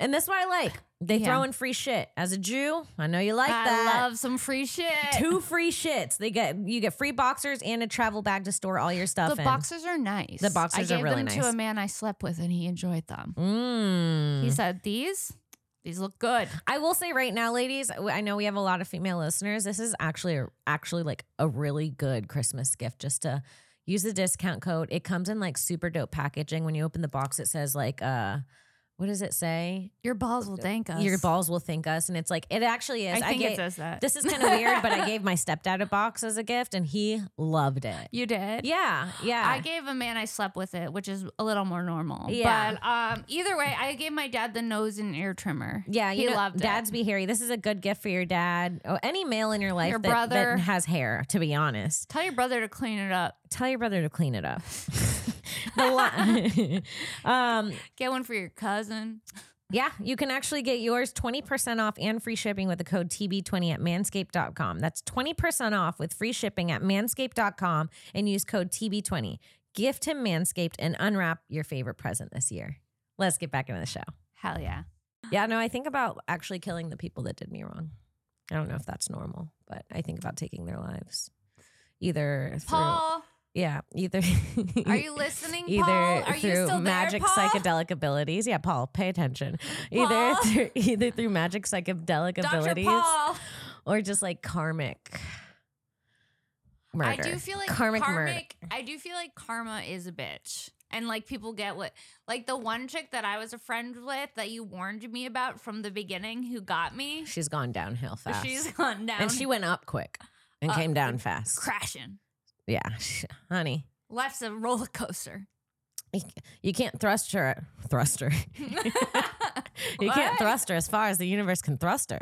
Speaker 2: And that's what I like. They
Speaker 3: Yeah.
Speaker 2: throw in free shit. As a Jew, I know you like
Speaker 3: I
Speaker 2: that
Speaker 3: love some free shit.
Speaker 2: two free shits. They get you get free boxers and a travel bag to store all your stuff
Speaker 3: the
Speaker 2: in.
Speaker 3: boxers are nice.
Speaker 2: The boxers
Speaker 3: I
Speaker 2: are
Speaker 3: gave
Speaker 2: really
Speaker 3: them
Speaker 2: nice.
Speaker 3: to a man I slept with and he enjoyed them.
Speaker 2: Mm.
Speaker 3: He said, "These, these look good."
Speaker 2: I will say right now, ladies, I know we have a lot of female listeners. This is actually actually like a really good Christmas gift just to use the discount code. It comes in like super dope packaging. When you open the box, it says like uh what does it say?
Speaker 3: Your balls will thank us.
Speaker 2: Your balls will thank us. And it's like it actually
Speaker 3: I
Speaker 2: is.
Speaker 3: think
Speaker 2: ga-
Speaker 3: it says that.
Speaker 2: this is kind of weird, but I gave my stepdad a box as a gift and he loved it.
Speaker 3: you did.
Speaker 2: Yeah, yeah.
Speaker 3: I gave a man I slept with it, which is a little more normal.
Speaker 2: Yeah.
Speaker 3: But um, either way, I gave my dad the nose and ear trimmer.
Speaker 2: Yeah, you
Speaker 3: he
Speaker 2: know,
Speaker 3: loved
Speaker 2: dads be hairy. This is a good gift for your dad. Oh, any male in your life
Speaker 3: Your
Speaker 2: that, that
Speaker 3: brother.
Speaker 2: has hair, to be honest.
Speaker 3: it. Tell your brother to clean it up.
Speaker 2: Tell your brother to clean it up. The li- um,
Speaker 3: Get one for your cousin.
Speaker 2: yeah, you can actually get yours 20% off and free shipping with the code TB20 at manscaped.com. That's 20% off with free shipping at manscaped.com and use code TB20. Gift him Manscaped and unwrap your favorite present this year. Let's get back into the show.
Speaker 3: Hell yeah.
Speaker 2: Yeah, no, I think about actually killing the people that did me wrong. I don't know if that's normal, but I think about taking their lives. either through,
Speaker 3: Paul,
Speaker 2: yeah, either
Speaker 3: are you listening?
Speaker 2: either
Speaker 3: Paul? Are
Speaker 2: through
Speaker 3: you still
Speaker 2: magic
Speaker 3: there, Paul?
Speaker 2: psychedelic abilities. Yeah, Paul, pay attention. Either
Speaker 3: Paul?
Speaker 2: through either through magic psychedelic
Speaker 3: Dr.
Speaker 2: abilities
Speaker 3: Paul.
Speaker 2: or just like karmic murder.
Speaker 3: I do feel like
Speaker 2: karmic,
Speaker 3: karmic,
Speaker 2: murder.
Speaker 3: I do feel like karma is a bitch. And like people get what like the one chick that I was a friend with that you warned me about from the beginning who got me.
Speaker 2: She's gone downhill fast.
Speaker 3: She's gone down
Speaker 2: and she went up quick and
Speaker 3: Uh,
Speaker 2: came down fast.
Speaker 3: crashing.
Speaker 2: Yeah, sh- honey.
Speaker 3: Life's a roller coaster.
Speaker 2: You can't thrust her. Thrust her. You can't
Speaker 3: What?
Speaker 2: thrust her as far as the universe can thrust her.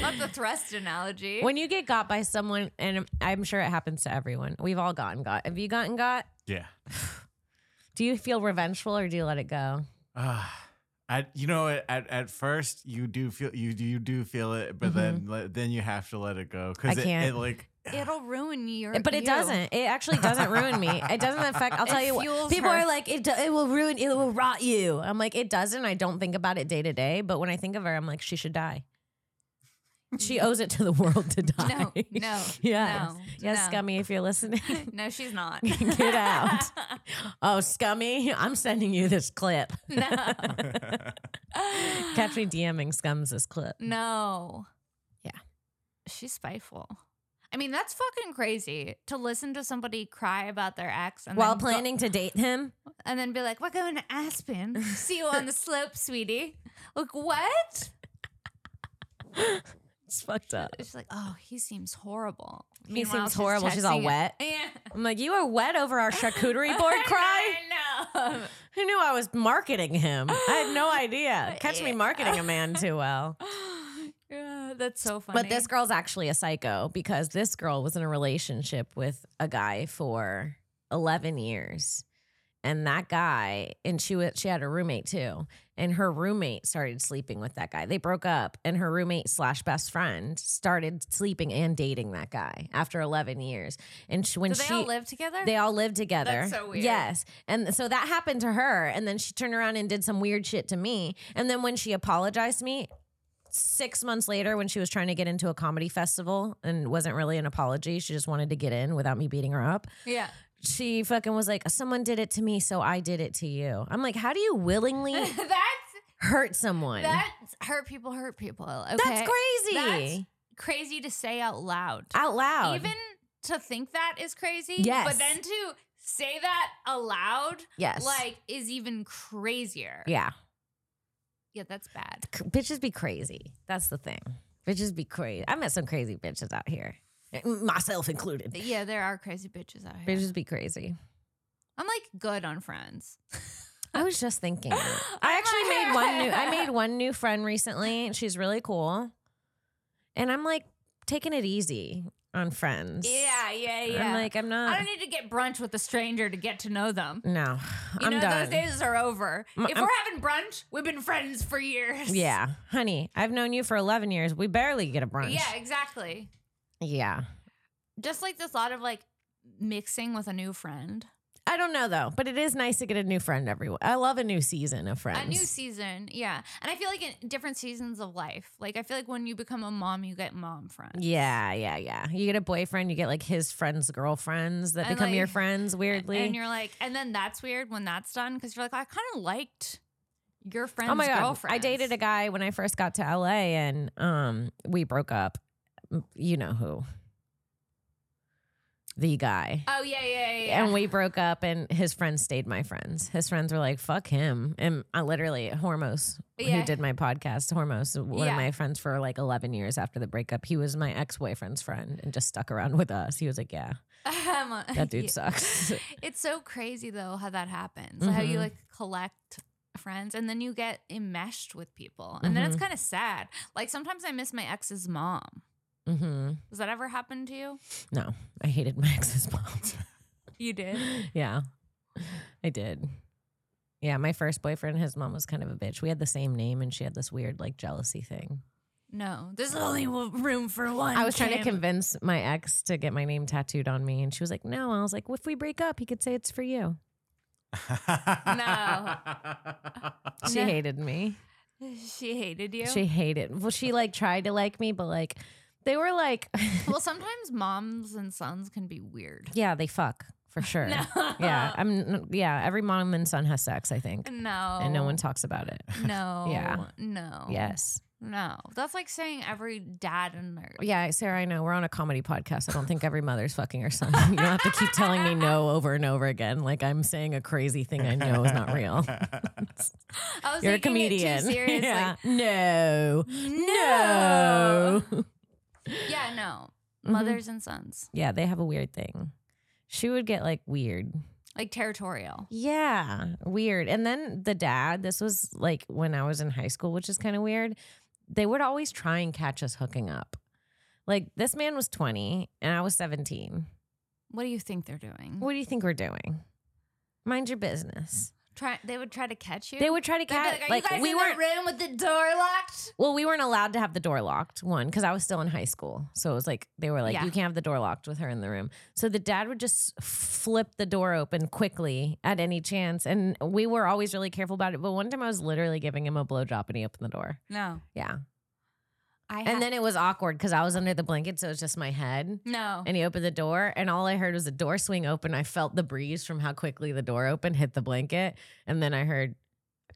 Speaker 3: Not the thrust analogy.
Speaker 2: When you get got by someone, and I'm sure it happens to everyone, we've all gotten got. Have you gotten got?
Speaker 4: Yeah.
Speaker 2: Do you feel revengeful or do you let it go?
Speaker 4: Uh, at you know at at first you do feel you you do feel it, but then le- then you have to let it go
Speaker 2: Mm-hmm. I
Speaker 4: because it,
Speaker 2: can't.
Speaker 4: it like
Speaker 3: It'll ruin your
Speaker 2: But it
Speaker 3: you.
Speaker 2: doesn't. It actually doesn't ruin me. It doesn't affect. I'll
Speaker 3: It
Speaker 2: tell you what.
Speaker 3: fuels
Speaker 2: People
Speaker 3: her.
Speaker 2: are like, it, do- it will ruin. It will rot you. I'm like, it doesn't. I don't think about it day to day. But when I think of her, I'm like, she should die. She owes it to the world to die.
Speaker 3: No, no.
Speaker 2: Yes.
Speaker 3: no,
Speaker 2: yes,
Speaker 3: no.
Speaker 2: Scummy, if you're listening.
Speaker 3: No, she's not.
Speaker 2: Get out. Oh, Scummy, I'm sending you this clip.
Speaker 3: no.
Speaker 2: Catch me DMing Scums this clip.
Speaker 3: No.
Speaker 2: Yeah.
Speaker 3: She's spiteful. I mean, that's fucking crazy to listen to somebody cry about their ex and
Speaker 2: While
Speaker 3: then go-
Speaker 2: planning to date him,
Speaker 3: and then be like, "We're going to Aspen. See you on the slope, sweetie." Like what?
Speaker 2: it's fucked up.
Speaker 3: She's like, "Oh, he seems horrible."
Speaker 2: He
Speaker 3: Meanwhile,
Speaker 2: seems horrible. She's all
Speaker 3: texting it.
Speaker 2: wet.
Speaker 3: Yeah.
Speaker 2: I'm like, you were wet over our charcuterie board cry?
Speaker 3: I know.
Speaker 2: Who knew I was marketing him? I had no idea. Catch me marketing a man too well.
Speaker 3: yeah, that's so funny.
Speaker 2: But this girl's actually a psycho because this girl was in a relationship with a guy for 11 years. And that guy, and she was, she had a roommate too. And her roommate started sleeping with that guy. They broke up, and her roommate slash best friend started sleeping and dating that guy after 11 years. And she, when
Speaker 3: do they
Speaker 2: she
Speaker 3: all live together?
Speaker 2: they all lived together.
Speaker 3: That's so weird.
Speaker 2: Yes. And so that happened to her. And then she turned around and did some weird shit to me. And then when she apologized to me, six months later, when she was trying to get into a comedy festival and wasn't really an apology, she just wanted to get in without me beating her up.
Speaker 3: yeah.
Speaker 2: She fucking was like, Someone did it to me, so I did it to you. I'm like, How do you willingly
Speaker 3: that's
Speaker 2: hurt someone?
Speaker 3: that's hurt people hurt people. Okay.
Speaker 2: That's crazy.
Speaker 3: That's crazy to say out loud.
Speaker 2: Out loud.
Speaker 3: Even to think that is crazy.
Speaker 2: Yes.
Speaker 3: But then to say that aloud,
Speaker 2: yes.
Speaker 3: like, is even crazier.
Speaker 2: yeah.
Speaker 3: Yeah, that's bad.
Speaker 2: c- bitches be crazy. That's the thing. Bitches be crazy. I met some crazy bitches out here, myself included.
Speaker 3: Yeah, there are crazy bitches out here.
Speaker 2: Bitches be crazy.
Speaker 3: I'm like good on friends.
Speaker 2: I was just thinking. that. I
Speaker 3: I'm
Speaker 2: actually
Speaker 3: like-
Speaker 2: made one new. I made one new friend recently. and She's really cool, and I'm like taking it easy on friends.
Speaker 3: Yeah, yeah, yeah.
Speaker 2: I'm like uh, I'm
Speaker 3: I
Speaker 2: not.
Speaker 3: don't need to get brunch with a stranger to get to know them.
Speaker 2: no,
Speaker 3: You
Speaker 2: I'm
Speaker 3: know,
Speaker 2: done.
Speaker 3: those days are over.
Speaker 2: M-
Speaker 3: if
Speaker 2: I'm-
Speaker 3: we're having brunch, we've been friends for years.
Speaker 2: yeah, honey, I've known you for 11 years. We barely get a brunch.
Speaker 3: Yeah, exactly.
Speaker 2: yeah.
Speaker 3: Just like the thought of like mixing with a new friend.
Speaker 2: I don't know though, but it is nice to get a new friend every. I love a new season of friends.
Speaker 3: A new season, yeah. And I feel like in different seasons of life, like I feel like when you become a mom, you get mom friends.
Speaker 2: Yeah, yeah, yeah. You get a boyfriend, you get like his friends' girlfriends that
Speaker 3: And,
Speaker 2: become your
Speaker 3: like-
Speaker 2: friends weirdly.
Speaker 3: And you're like, and then that's weird when that's done because you're like, I kind of liked your friend's
Speaker 2: oh my god,
Speaker 3: girlfriend.
Speaker 2: I dated a guy when I first got to LA, and um, we broke up. M- You know who? The guy.
Speaker 3: Oh yeah, yeah, yeah. yeah.
Speaker 2: And we broke up, and his friends stayed my friends. His friends were like, "Fuck him!" And I literally Hormos,
Speaker 3: Yeah.
Speaker 2: who did my podcast, Hormos, one
Speaker 3: Yeah.
Speaker 2: of my friends for like eleven years after the breakup. He was my ex boyfriend's friend, and just stuck around with us. He was like, "Yeah,
Speaker 3: I'm a-
Speaker 2: that dude
Speaker 3: yeah.
Speaker 2: sucks."
Speaker 3: It's so crazy though how that happens. How you
Speaker 2: Mhm.
Speaker 3: like collect friends and then you get enmeshed with people, and then it's
Speaker 2: Mm-hmm.
Speaker 3: kind of sad. Like sometimes I miss my ex's mom.
Speaker 2: hmm
Speaker 3: Does that ever happen to you?
Speaker 2: No, I hated my ex's mom.
Speaker 3: You did.
Speaker 2: yeah, I did. Yeah, my first boyfriend, his mom was kind of a bitch. We had the same name, and she had this weird like jealousy thing.
Speaker 3: No, there's only w- room for one.
Speaker 2: I was trying to
Speaker 3: Kim.
Speaker 2: convince my ex to get my name tattooed on me, and she was like, "No." I was like, well, "If we break up, he could say it's for you." She
Speaker 3: No.
Speaker 2: hated me.
Speaker 3: She hated you.
Speaker 2: She hated. Well, she like tried to like me, but like They were like,
Speaker 3: well, sometimes moms and sons can be weird.
Speaker 2: yeah, they fuck for sure. Yeah, I'm. Yeah, every mom and son has sex, I think,
Speaker 3: No.
Speaker 2: and no one talks about it.
Speaker 3: No.
Speaker 2: Yeah.
Speaker 3: No.
Speaker 2: Yes.
Speaker 3: No. That's like saying every dad and their.
Speaker 2: Yeah, Sarah, I know. We're on a comedy podcast. I don't think every mother's fucking her son. You don't have to keep telling me no over and over again. Like I'm saying a crazy thing I know is not real.
Speaker 3: I was
Speaker 2: You're a
Speaker 3: taking it too
Speaker 2: comedian.
Speaker 3: seriously.
Speaker 2: Yeah. No.
Speaker 3: No.
Speaker 2: No.
Speaker 3: Yeah, no.
Speaker 2: Mhm.
Speaker 3: Mothers and sons.
Speaker 2: Yeah, they have a weird thing. She would get like weird.
Speaker 3: Like territorial.
Speaker 2: Yeah, weird. And then the dad, this was like when I was in high school, which is kind of weird. They would always try and catch us hooking up. Like this man was 20 and I was 17.
Speaker 3: What do you think they're doing?
Speaker 2: What do you think we're doing? Mind your business.
Speaker 3: Try, they would try to catch you.
Speaker 2: They would try to
Speaker 3: They'd be
Speaker 2: catch
Speaker 3: like, Are
Speaker 2: like,
Speaker 3: you guys
Speaker 2: we
Speaker 3: in
Speaker 2: weren't
Speaker 3: the room with the door locked?
Speaker 2: well, we weren't allowed to have the door locked, one, because I was still in high school. So it was like they were like,
Speaker 3: Yeah.
Speaker 2: You can't have the door locked with her in the room. So the dad would just flip the door open quickly at any chance. And we were always really careful about it. But one time I was literally giving him a blowjob and he opened the door.
Speaker 3: No.
Speaker 2: Yeah.
Speaker 3: I ha-
Speaker 2: And then it was awkward because I was under the blanket, so it was just my head.
Speaker 3: no.
Speaker 2: And he opened the door, and all I heard was the door swing open. I felt the breeze from how quickly the door opened, hit the blanket, and then I heard,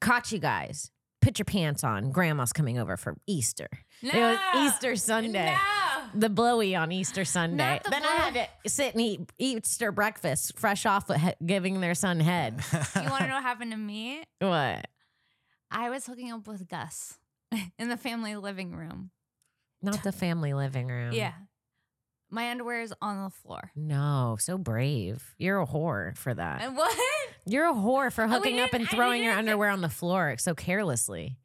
Speaker 2: "Caught you guys! Put your pants on. Grandma's coming over for Easter.
Speaker 3: no.
Speaker 2: It was Easter Sunday."
Speaker 3: No.
Speaker 2: The blowy on Easter Sunday.
Speaker 3: Not the
Speaker 2: then I had to sit and eat Easter breakfast, fresh off of he- giving their son head.
Speaker 3: You want to know what happened to me?
Speaker 2: What?
Speaker 3: I was hooking up with Gus in the family living room.
Speaker 2: Not the family living room.
Speaker 3: Yeah. My underwear is on the floor.
Speaker 2: No, so brave. You're a whore for that.
Speaker 3: And what?
Speaker 2: You're a whore for
Speaker 3: we
Speaker 2: hooking up and
Speaker 3: didn't- Oh, I
Speaker 2: throwing your
Speaker 3: didn't-
Speaker 2: underwear on the floor so carelessly.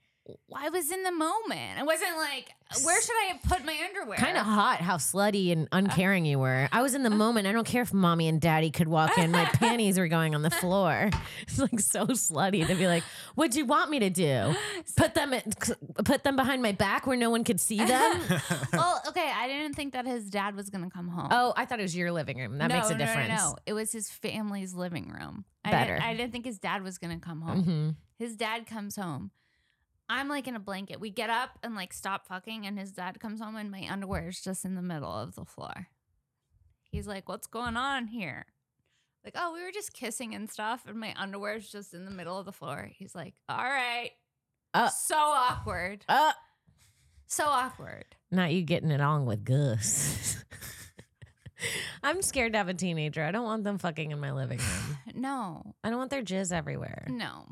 Speaker 3: I was in the moment. I wasn't like, where should I have put my underwear?
Speaker 2: Kind of hot how slutty
Speaker 3: Uh,
Speaker 2: and uncaring you were. I was in the moment. I don't care if mommy and daddy could walk in. My panties were going on the floor. It's like so slutty to be like, "What'd you want me to do? Put them in- put them behind my back where no one could see them?"
Speaker 3: well, okay. I didn't think that his dad was gonna come home.
Speaker 2: oh, I thought it was your living room. That
Speaker 3: No,
Speaker 2: makes a
Speaker 3: no, no,
Speaker 2: difference.
Speaker 3: No, it was his family's living room. I
Speaker 2: Better.
Speaker 3: didn't, I didn't think his dad was gonna come home.
Speaker 2: Mm-hmm.
Speaker 3: His dad comes home. I'm like in a blanket. We get up and like stop fucking, and his dad comes home, and my underwear is just in the middle of the floor. He's like, "What's going on here?" Like, "Oh, we were just kissing and stuff, and my underwear is just in the middle of the floor." He's like, "All right."
Speaker 2: Uh.
Speaker 3: so awkward.
Speaker 2: Uh,
Speaker 3: So awkward.
Speaker 2: not you getting it on with Gus. I'm scared to have a teenager. I don't want them fucking in my living room.
Speaker 3: No,
Speaker 2: I don't want their jizz everywhere.
Speaker 3: no.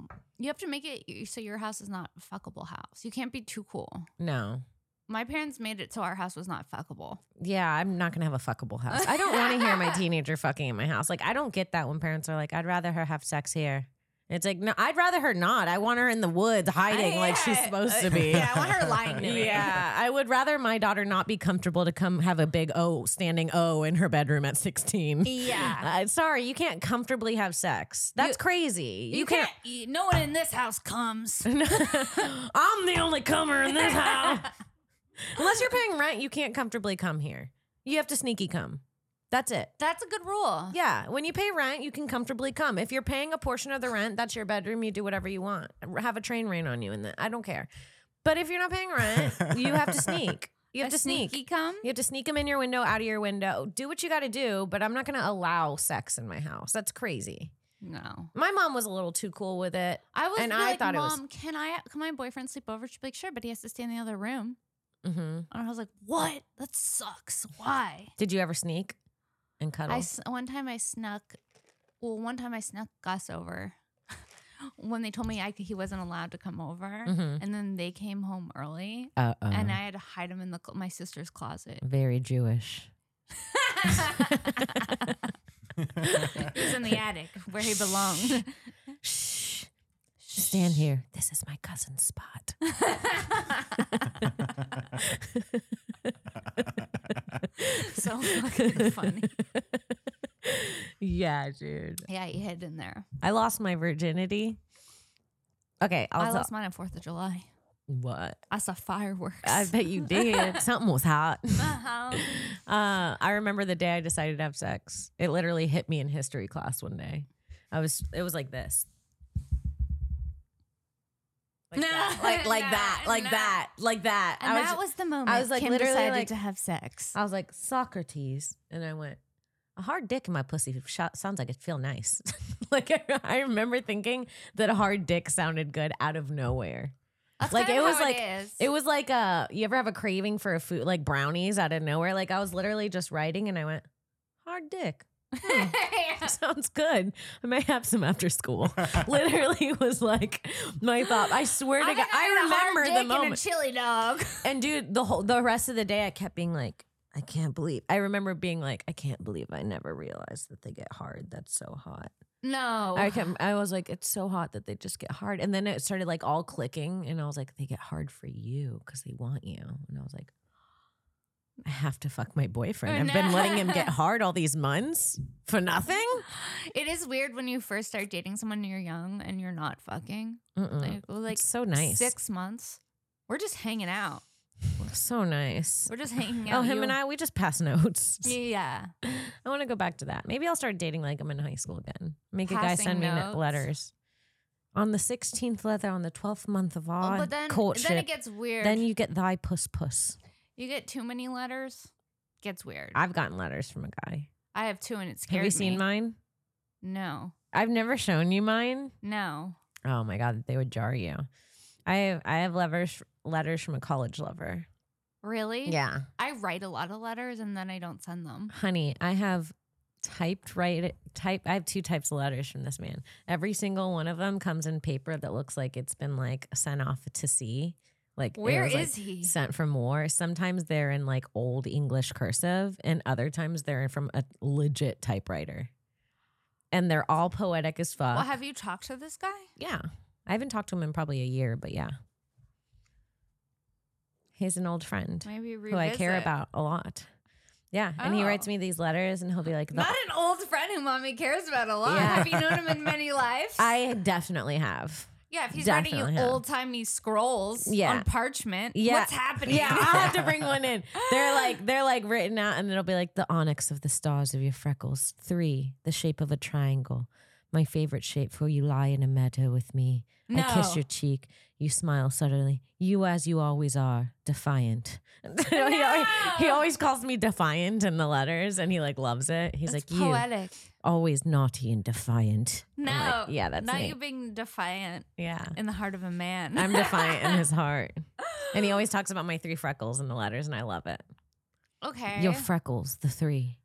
Speaker 3: You have to make it so your house is not a fuckable house. You can't be too cool.
Speaker 2: No.
Speaker 3: My parents made it so our house was not fuckable.
Speaker 2: Yeah, I'm not gonna have a fuckable house. I don't want to hear my teenager fucking in my house. Like, I don't get that when parents are like, "I'd rather her have sex here." It's like, no, I'd rather her not. I want her in the woods hiding like she's
Speaker 3: Yeah. Uh,
Speaker 2: supposed to be.
Speaker 3: Yeah, I want her lying to me.
Speaker 2: Yeah, I would rather my daughter not be comfortable to come have a big O standing O in her bedroom at 16.
Speaker 3: Yeah.
Speaker 2: Uh, sorry, you can't comfortably have sex. That's crazy.
Speaker 3: You, can't. you- no one in this house comes.
Speaker 2: I'm the only comer in this house. Unless you're paying rent, you can't comfortably come here. You have to sneaky come. That's it.
Speaker 3: That's a good rule.
Speaker 2: Yeah, when you pay rent, you can comfortably come. If you're paying a portion of the rent, that's your bedroom. You do whatever you want. Have a train rain on you, and that I don't care. But if you're not paying rent, you have to sneak. You have
Speaker 3: A
Speaker 2: to sneak.
Speaker 3: sneaky come.
Speaker 2: You have to sneak them in your window, out of your window. Do what you got to do, but I'm not going to allow sex in my house. That's crazy.
Speaker 3: No,
Speaker 2: My mom was a little too cool with it.
Speaker 3: I was.
Speaker 2: And
Speaker 3: be
Speaker 2: I
Speaker 3: like,
Speaker 2: thought it was-
Speaker 3: Mom, can I? Can my boyfriend sleep over? She'd be like, sure, but he has to stay in the other room.
Speaker 2: hmm
Speaker 3: And I was like, what? That sucks. Why?
Speaker 2: Did you ever sneak and cuddle?
Speaker 3: I s- one time I snuck. Well, one time I snuck Gus over when they told me I, c- he wasn't allowed to come over,
Speaker 2: Mhm.
Speaker 3: and then they came home early,
Speaker 2: uh oh.
Speaker 3: and I had to hide him in the cl- my sister's closet.
Speaker 2: very Jewish.
Speaker 3: he was in the attic where he belonged.
Speaker 2: Shh. Stand here. This is my cousin's spot.
Speaker 3: so fucking funny.
Speaker 2: Yeah, dude.
Speaker 3: Yeah, he hid in there.
Speaker 2: I lost my virginity. Okay, I'll
Speaker 3: I
Speaker 2: tell-
Speaker 3: lost mine on Fourth of July.
Speaker 2: what?
Speaker 3: I saw fireworks.
Speaker 2: I bet you did. Something was hot.
Speaker 3: Uh-huh.
Speaker 2: Uh, I remember the day I decided to have sex. It literally hit me in history class one day. I was, it was like this. like that, like, like
Speaker 3: Nah,
Speaker 2: that, like
Speaker 3: nah.
Speaker 2: that, like that.
Speaker 3: And
Speaker 2: I was,
Speaker 3: that was the moment
Speaker 2: I was, like,
Speaker 3: Kim
Speaker 2: literally,
Speaker 3: decided
Speaker 2: like- uh,
Speaker 3: to have sex.
Speaker 2: I was like Socrates, and I went a hard dick in my pussy sh- sounds like it feel nice. like I, I remember thinking that a hard dick sounded good out of nowhere.
Speaker 3: That's
Speaker 2: like,
Speaker 3: kind
Speaker 2: it
Speaker 3: of
Speaker 2: was
Speaker 3: how
Speaker 2: like-
Speaker 3: is.
Speaker 2: It was like uh you ever have a craving for a food like brownies out of nowhere? Like I was literally just writing, and I went hard dick. Hmm. Sounds good. I may have some after school. Literally was like my thought. I swear to
Speaker 3: I,
Speaker 2: God,
Speaker 3: think
Speaker 2: I
Speaker 3: had a hard
Speaker 2: remember
Speaker 3: dick
Speaker 2: the
Speaker 3: and a
Speaker 2: moment.
Speaker 3: chili dog.
Speaker 2: And dude, the whole the rest of the day, I kept being like, I can't believe. I remember being like, I can't believe I never realized that they get hard. That's so hot.
Speaker 3: No,
Speaker 2: I kept, I was like, it's so hot that they just get hard. And then it started like all clicking, and I was like, they get hard for you because they want you. And I was like. I have to fuck my boyfriend. I've been letting him get hard all these months for nothing.
Speaker 3: It is weird when you first start dating someone and you're young and you're not fucking.
Speaker 2: Mm-mm.
Speaker 3: Like, well, like
Speaker 2: it's so nice.
Speaker 3: six months. We're just hanging out.
Speaker 2: So nice.
Speaker 3: We're just hanging out.
Speaker 2: Oh, him
Speaker 3: You-
Speaker 2: and I, we just pass notes.
Speaker 3: Yeah.
Speaker 2: I want to go back to that. Maybe I'll start dating like I'm in high school again. Make a guy
Speaker 3: Passing
Speaker 2: send me me
Speaker 3: notes.
Speaker 2: letters. On the 16th letter, on the 12th month of
Speaker 3: Oh,
Speaker 2: our
Speaker 3: but then,
Speaker 2: courtship,
Speaker 3: then it gets weird.
Speaker 2: then you get thy puss puss.
Speaker 3: You get too many letters. Gets weird. I,
Speaker 2: I've gotten letters from a guy.
Speaker 3: have two and it
Speaker 2: Have
Speaker 3: scares
Speaker 2: you seen
Speaker 3: me.
Speaker 2: mine?
Speaker 3: No,
Speaker 2: I've never shown you mine.
Speaker 3: no.
Speaker 2: Oh my god, they would jar you. I have I have letters letters from a college lover.
Speaker 3: Really?
Speaker 2: Yeah,
Speaker 3: I write a lot of letters and then I don't send them.
Speaker 2: honey, I have typed right type. I have two types of letters from this man. Every single one of them comes in paper that looks like it's been like sent off to sea. Like it
Speaker 3: Where
Speaker 2: was,
Speaker 3: is
Speaker 2: like,
Speaker 3: he?
Speaker 2: Sent from war. Sometimes they're in like old English cursive, and other times they're from a legit typewriter. And they're all poetic as fuck.
Speaker 3: Well, have you talked to this guy?
Speaker 2: yeah, I haven't talked to him in probably a year, but yeah, he's an old friend
Speaker 3: Maybe
Speaker 2: who
Speaker 3: revisit.
Speaker 2: I care about a lot. Yeah, and he
Speaker 3: Oh.
Speaker 2: writes me these letters, and he'll be like, the-
Speaker 3: Not an old friend who mommy cares about a lot.
Speaker 2: Yeah.
Speaker 3: Have you known him in many lives?
Speaker 2: "I definitely have."
Speaker 3: yeah. If he's writing you
Speaker 2: definitely have.
Speaker 3: old timey scrolls
Speaker 2: Yeah.
Speaker 3: on parchment,
Speaker 2: Yeah.
Speaker 3: what's happening?
Speaker 2: Yeah, I'll have to bring one in. They're like they're like written out, and it'll be like the onyx of the stars of your freckles. Three, the shape of a triangle, my favorite shape. For you lie in a meadow with me.
Speaker 3: no.
Speaker 2: I kiss your cheek. You smile suddenly. You as you always are, defiant. he, always, he
Speaker 3: No.
Speaker 2: always calls me defiant in the letters, and he like loves it. He's like
Speaker 3: That's
Speaker 2: you
Speaker 3: poetic.
Speaker 2: always naughty and defiant. I'm
Speaker 3: No.
Speaker 2: like, yeah, that's
Speaker 3: not
Speaker 2: me.
Speaker 3: you being defiant
Speaker 2: yeah.
Speaker 3: in the heart of a man.
Speaker 2: I'm defiant in his heart. And he always talks about my three freckles in the letters, and I love it.
Speaker 3: okay.
Speaker 2: Your freckles, the three.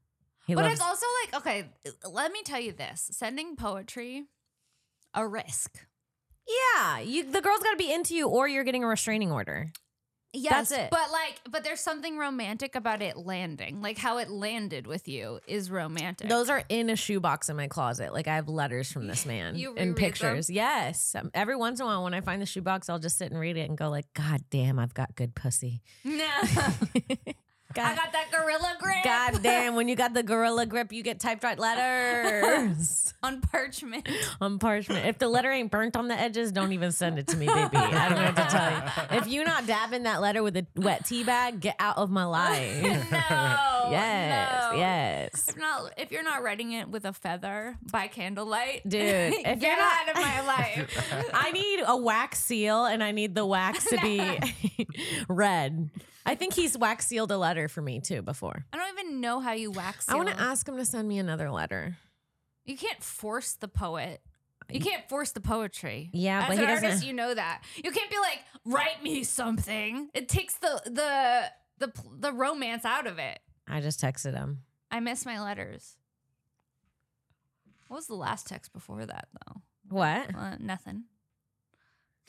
Speaker 2: He
Speaker 3: but
Speaker 2: loves.
Speaker 3: it's also like, okay, let me tell you this sending poetry, a risk.
Speaker 2: yeah, you, the girl's got to be into you, or you're getting a restraining order.
Speaker 3: Yes,
Speaker 2: That's it.
Speaker 3: But like, but there's something romantic about it landing. Like how it landed with you is romantic.
Speaker 2: Those are in a shoebox in my closet. Like I have letters from this man
Speaker 3: You reread
Speaker 2: and pictures. Yes, Um, every once in a while, when I find the shoebox, I'll just sit and read it and go like, "God damn, I've got good pussy."
Speaker 3: no, I
Speaker 2: God,
Speaker 3: got that gorilla grip
Speaker 2: God damn, when you got the gorilla grip, you get typewrite letters.
Speaker 3: on parchment.
Speaker 2: on parchment. If the letter ain't burnt on the edges, don't even send it to me, baby. I don't know what to tell you. If you're not dabbing that letter with a wet tea bag, get out of my life.
Speaker 3: Oh, no,
Speaker 2: yes,
Speaker 3: no.
Speaker 2: yes.
Speaker 3: If not, if you're not writing it with a feather by candlelight,
Speaker 2: Dude, if
Speaker 3: get
Speaker 2: you're not-
Speaker 3: out of my life.
Speaker 2: I need a wax seal and I need the wax to be red. I think he's wax sealed a letter for me too before.
Speaker 3: I don't even know how you wax.
Speaker 2: I want
Speaker 3: seal.
Speaker 2: to ask him to send me another letter.
Speaker 3: You can't force the poet. You can't force the poetry.
Speaker 2: Yeah,
Speaker 3: As
Speaker 2: but
Speaker 3: an
Speaker 2: he doesn't-
Speaker 3: artist, you know that. You can't be like, write me something. It takes the the the pl- the romance out of it.
Speaker 2: I just texted him.
Speaker 3: I miss my letters. What was the last text before that though?
Speaker 2: What?
Speaker 3: Uh, nothing.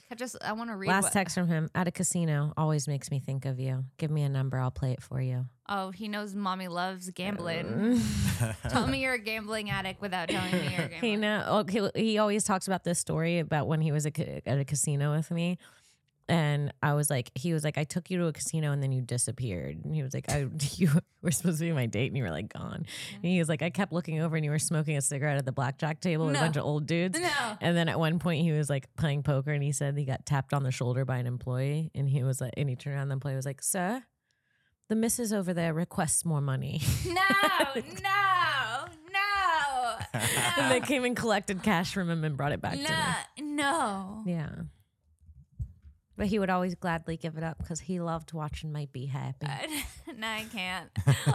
Speaker 3: I just I want to read.
Speaker 2: Last
Speaker 3: what-
Speaker 2: text from him at a casino always makes me think of you. Give me a number, I'll play it for you.
Speaker 3: Oh, he knows mommy loves gambling. Tell me you're a gambling addict without telling me you're a gambling.
Speaker 2: Mm. He know. Okay, well, he always talks about this story about when he was a, ca- at a casino with me, and I was like, he was like, I took you to a casino and then you disappeared, and he was like, I you were supposed to be my date and you were like gone, and he was like, I kept looking over and you were smoking a cigarette at the blackjack table with
Speaker 3: No.
Speaker 2: a bunch of old dudes.
Speaker 3: No.
Speaker 2: And then at one point he was like playing poker and he said he got tapped on the shoulder by an employee and he was like and he turned around and the employee was like, Sir, the missus over there requests more money.
Speaker 3: No, no, no,
Speaker 2: and
Speaker 3: no,
Speaker 2: they came and collected cash from him and brought it back to me.
Speaker 3: no, no.
Speaker 2: Yeah. But he would always gladly give it up because he loved watching me be happy.
Speaker 3: no, I can't.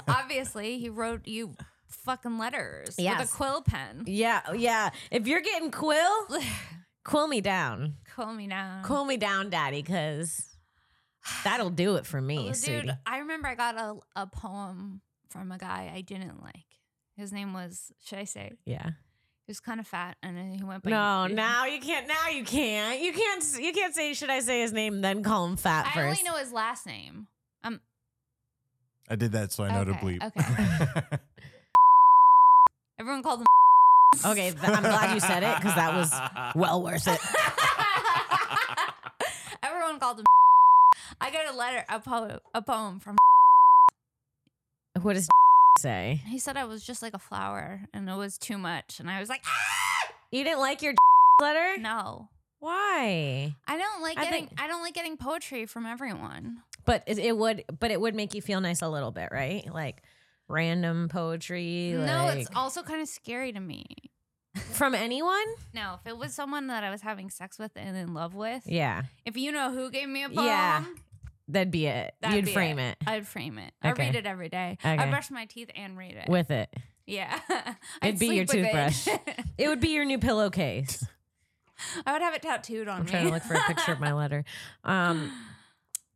Speaker 3: Obviously, he wrote you fucking letters with
Speaker 2: Yes.
Speaker 3: a quill pen.
Speaker 2: yeah, oh, yeah. If you're getting quill, quill me down.
Speaker 3: Cool me down.
Speaker 2: Cool me down, Daddy, because that'll do it for me,
Speaker 3: Well,
Speaker 2: Sudie.
Speaker 3: dude, I remember I got a, a poem from a guy I didn't like. His name was, should I say?
Speaker 2: Yeah.
Speaker 3: He was kind of fat and then he went by.
Speaker 2: No, now you can't. Now you can't. You can't. s- You can't say. Should I say his name? Then call him fat
Speaker 3: I
Speaker 2: first.
Speaker 3: only know his last name. Um,
Speaker 4: I did that so I know
Speaker 3: Okay,
Speaker 4: to bleep.
Speaker 3: okay. everyone called him.
Speaker 2: okay, th- I'm glad you said it because that was well worth it.
Speaker 3: everyone called him. I got a letter, a, po- a poem from.
Speaker 2: What does say?
Speaker 3: He said I was just like a flower and it was too much. And I was like, "Ah,
Speaker 2: You didn't like your letter?
Speaker 3: no.
Speaker 2: Why?
Speaker 3: I don't like
Speaker 2: I
Speaker 3: getting
Speaker 2: think-
Speaker 3: I don't like getting poetry from everyone.
Speaker 2: But it, it would. But it would make you feel nice a little bit, right? Like random poetry.
Speaker 3: no, it's
Speaker 2: like-
Speaker 3: also kind of scary to me.
Speaker 2: from anyone.
Speaker 3: No, if it was someone that I was having sex with and in love with,
Speaker 2: Yeah,
Speaker 3: if you know who gave me a poem,
Speaker 2: Yeah. that'd be it.
Speaker 3: That'd
Speaker 2: You'd
Speaker 3: be
Speaker 2: frame it.
Speaker 3: I'd frame it. I
Speaker 2: Okay.
Speaker 3: read it every day. I
Speaker 2: Okay.
Speaker 3: brush my teeth and read it.
Speaker 2: with it.
Speaker 3: yeah,
Speaker 2: It'd be your
Speaker 3: sleep with it.
Speaker 2: It would be your new pillowcase.
Speaker 3: I would have it tattooed on
Speaker 2: I'm
Speaker 3: me.
Speaker 2: trying to look for a picture of my letter. Um,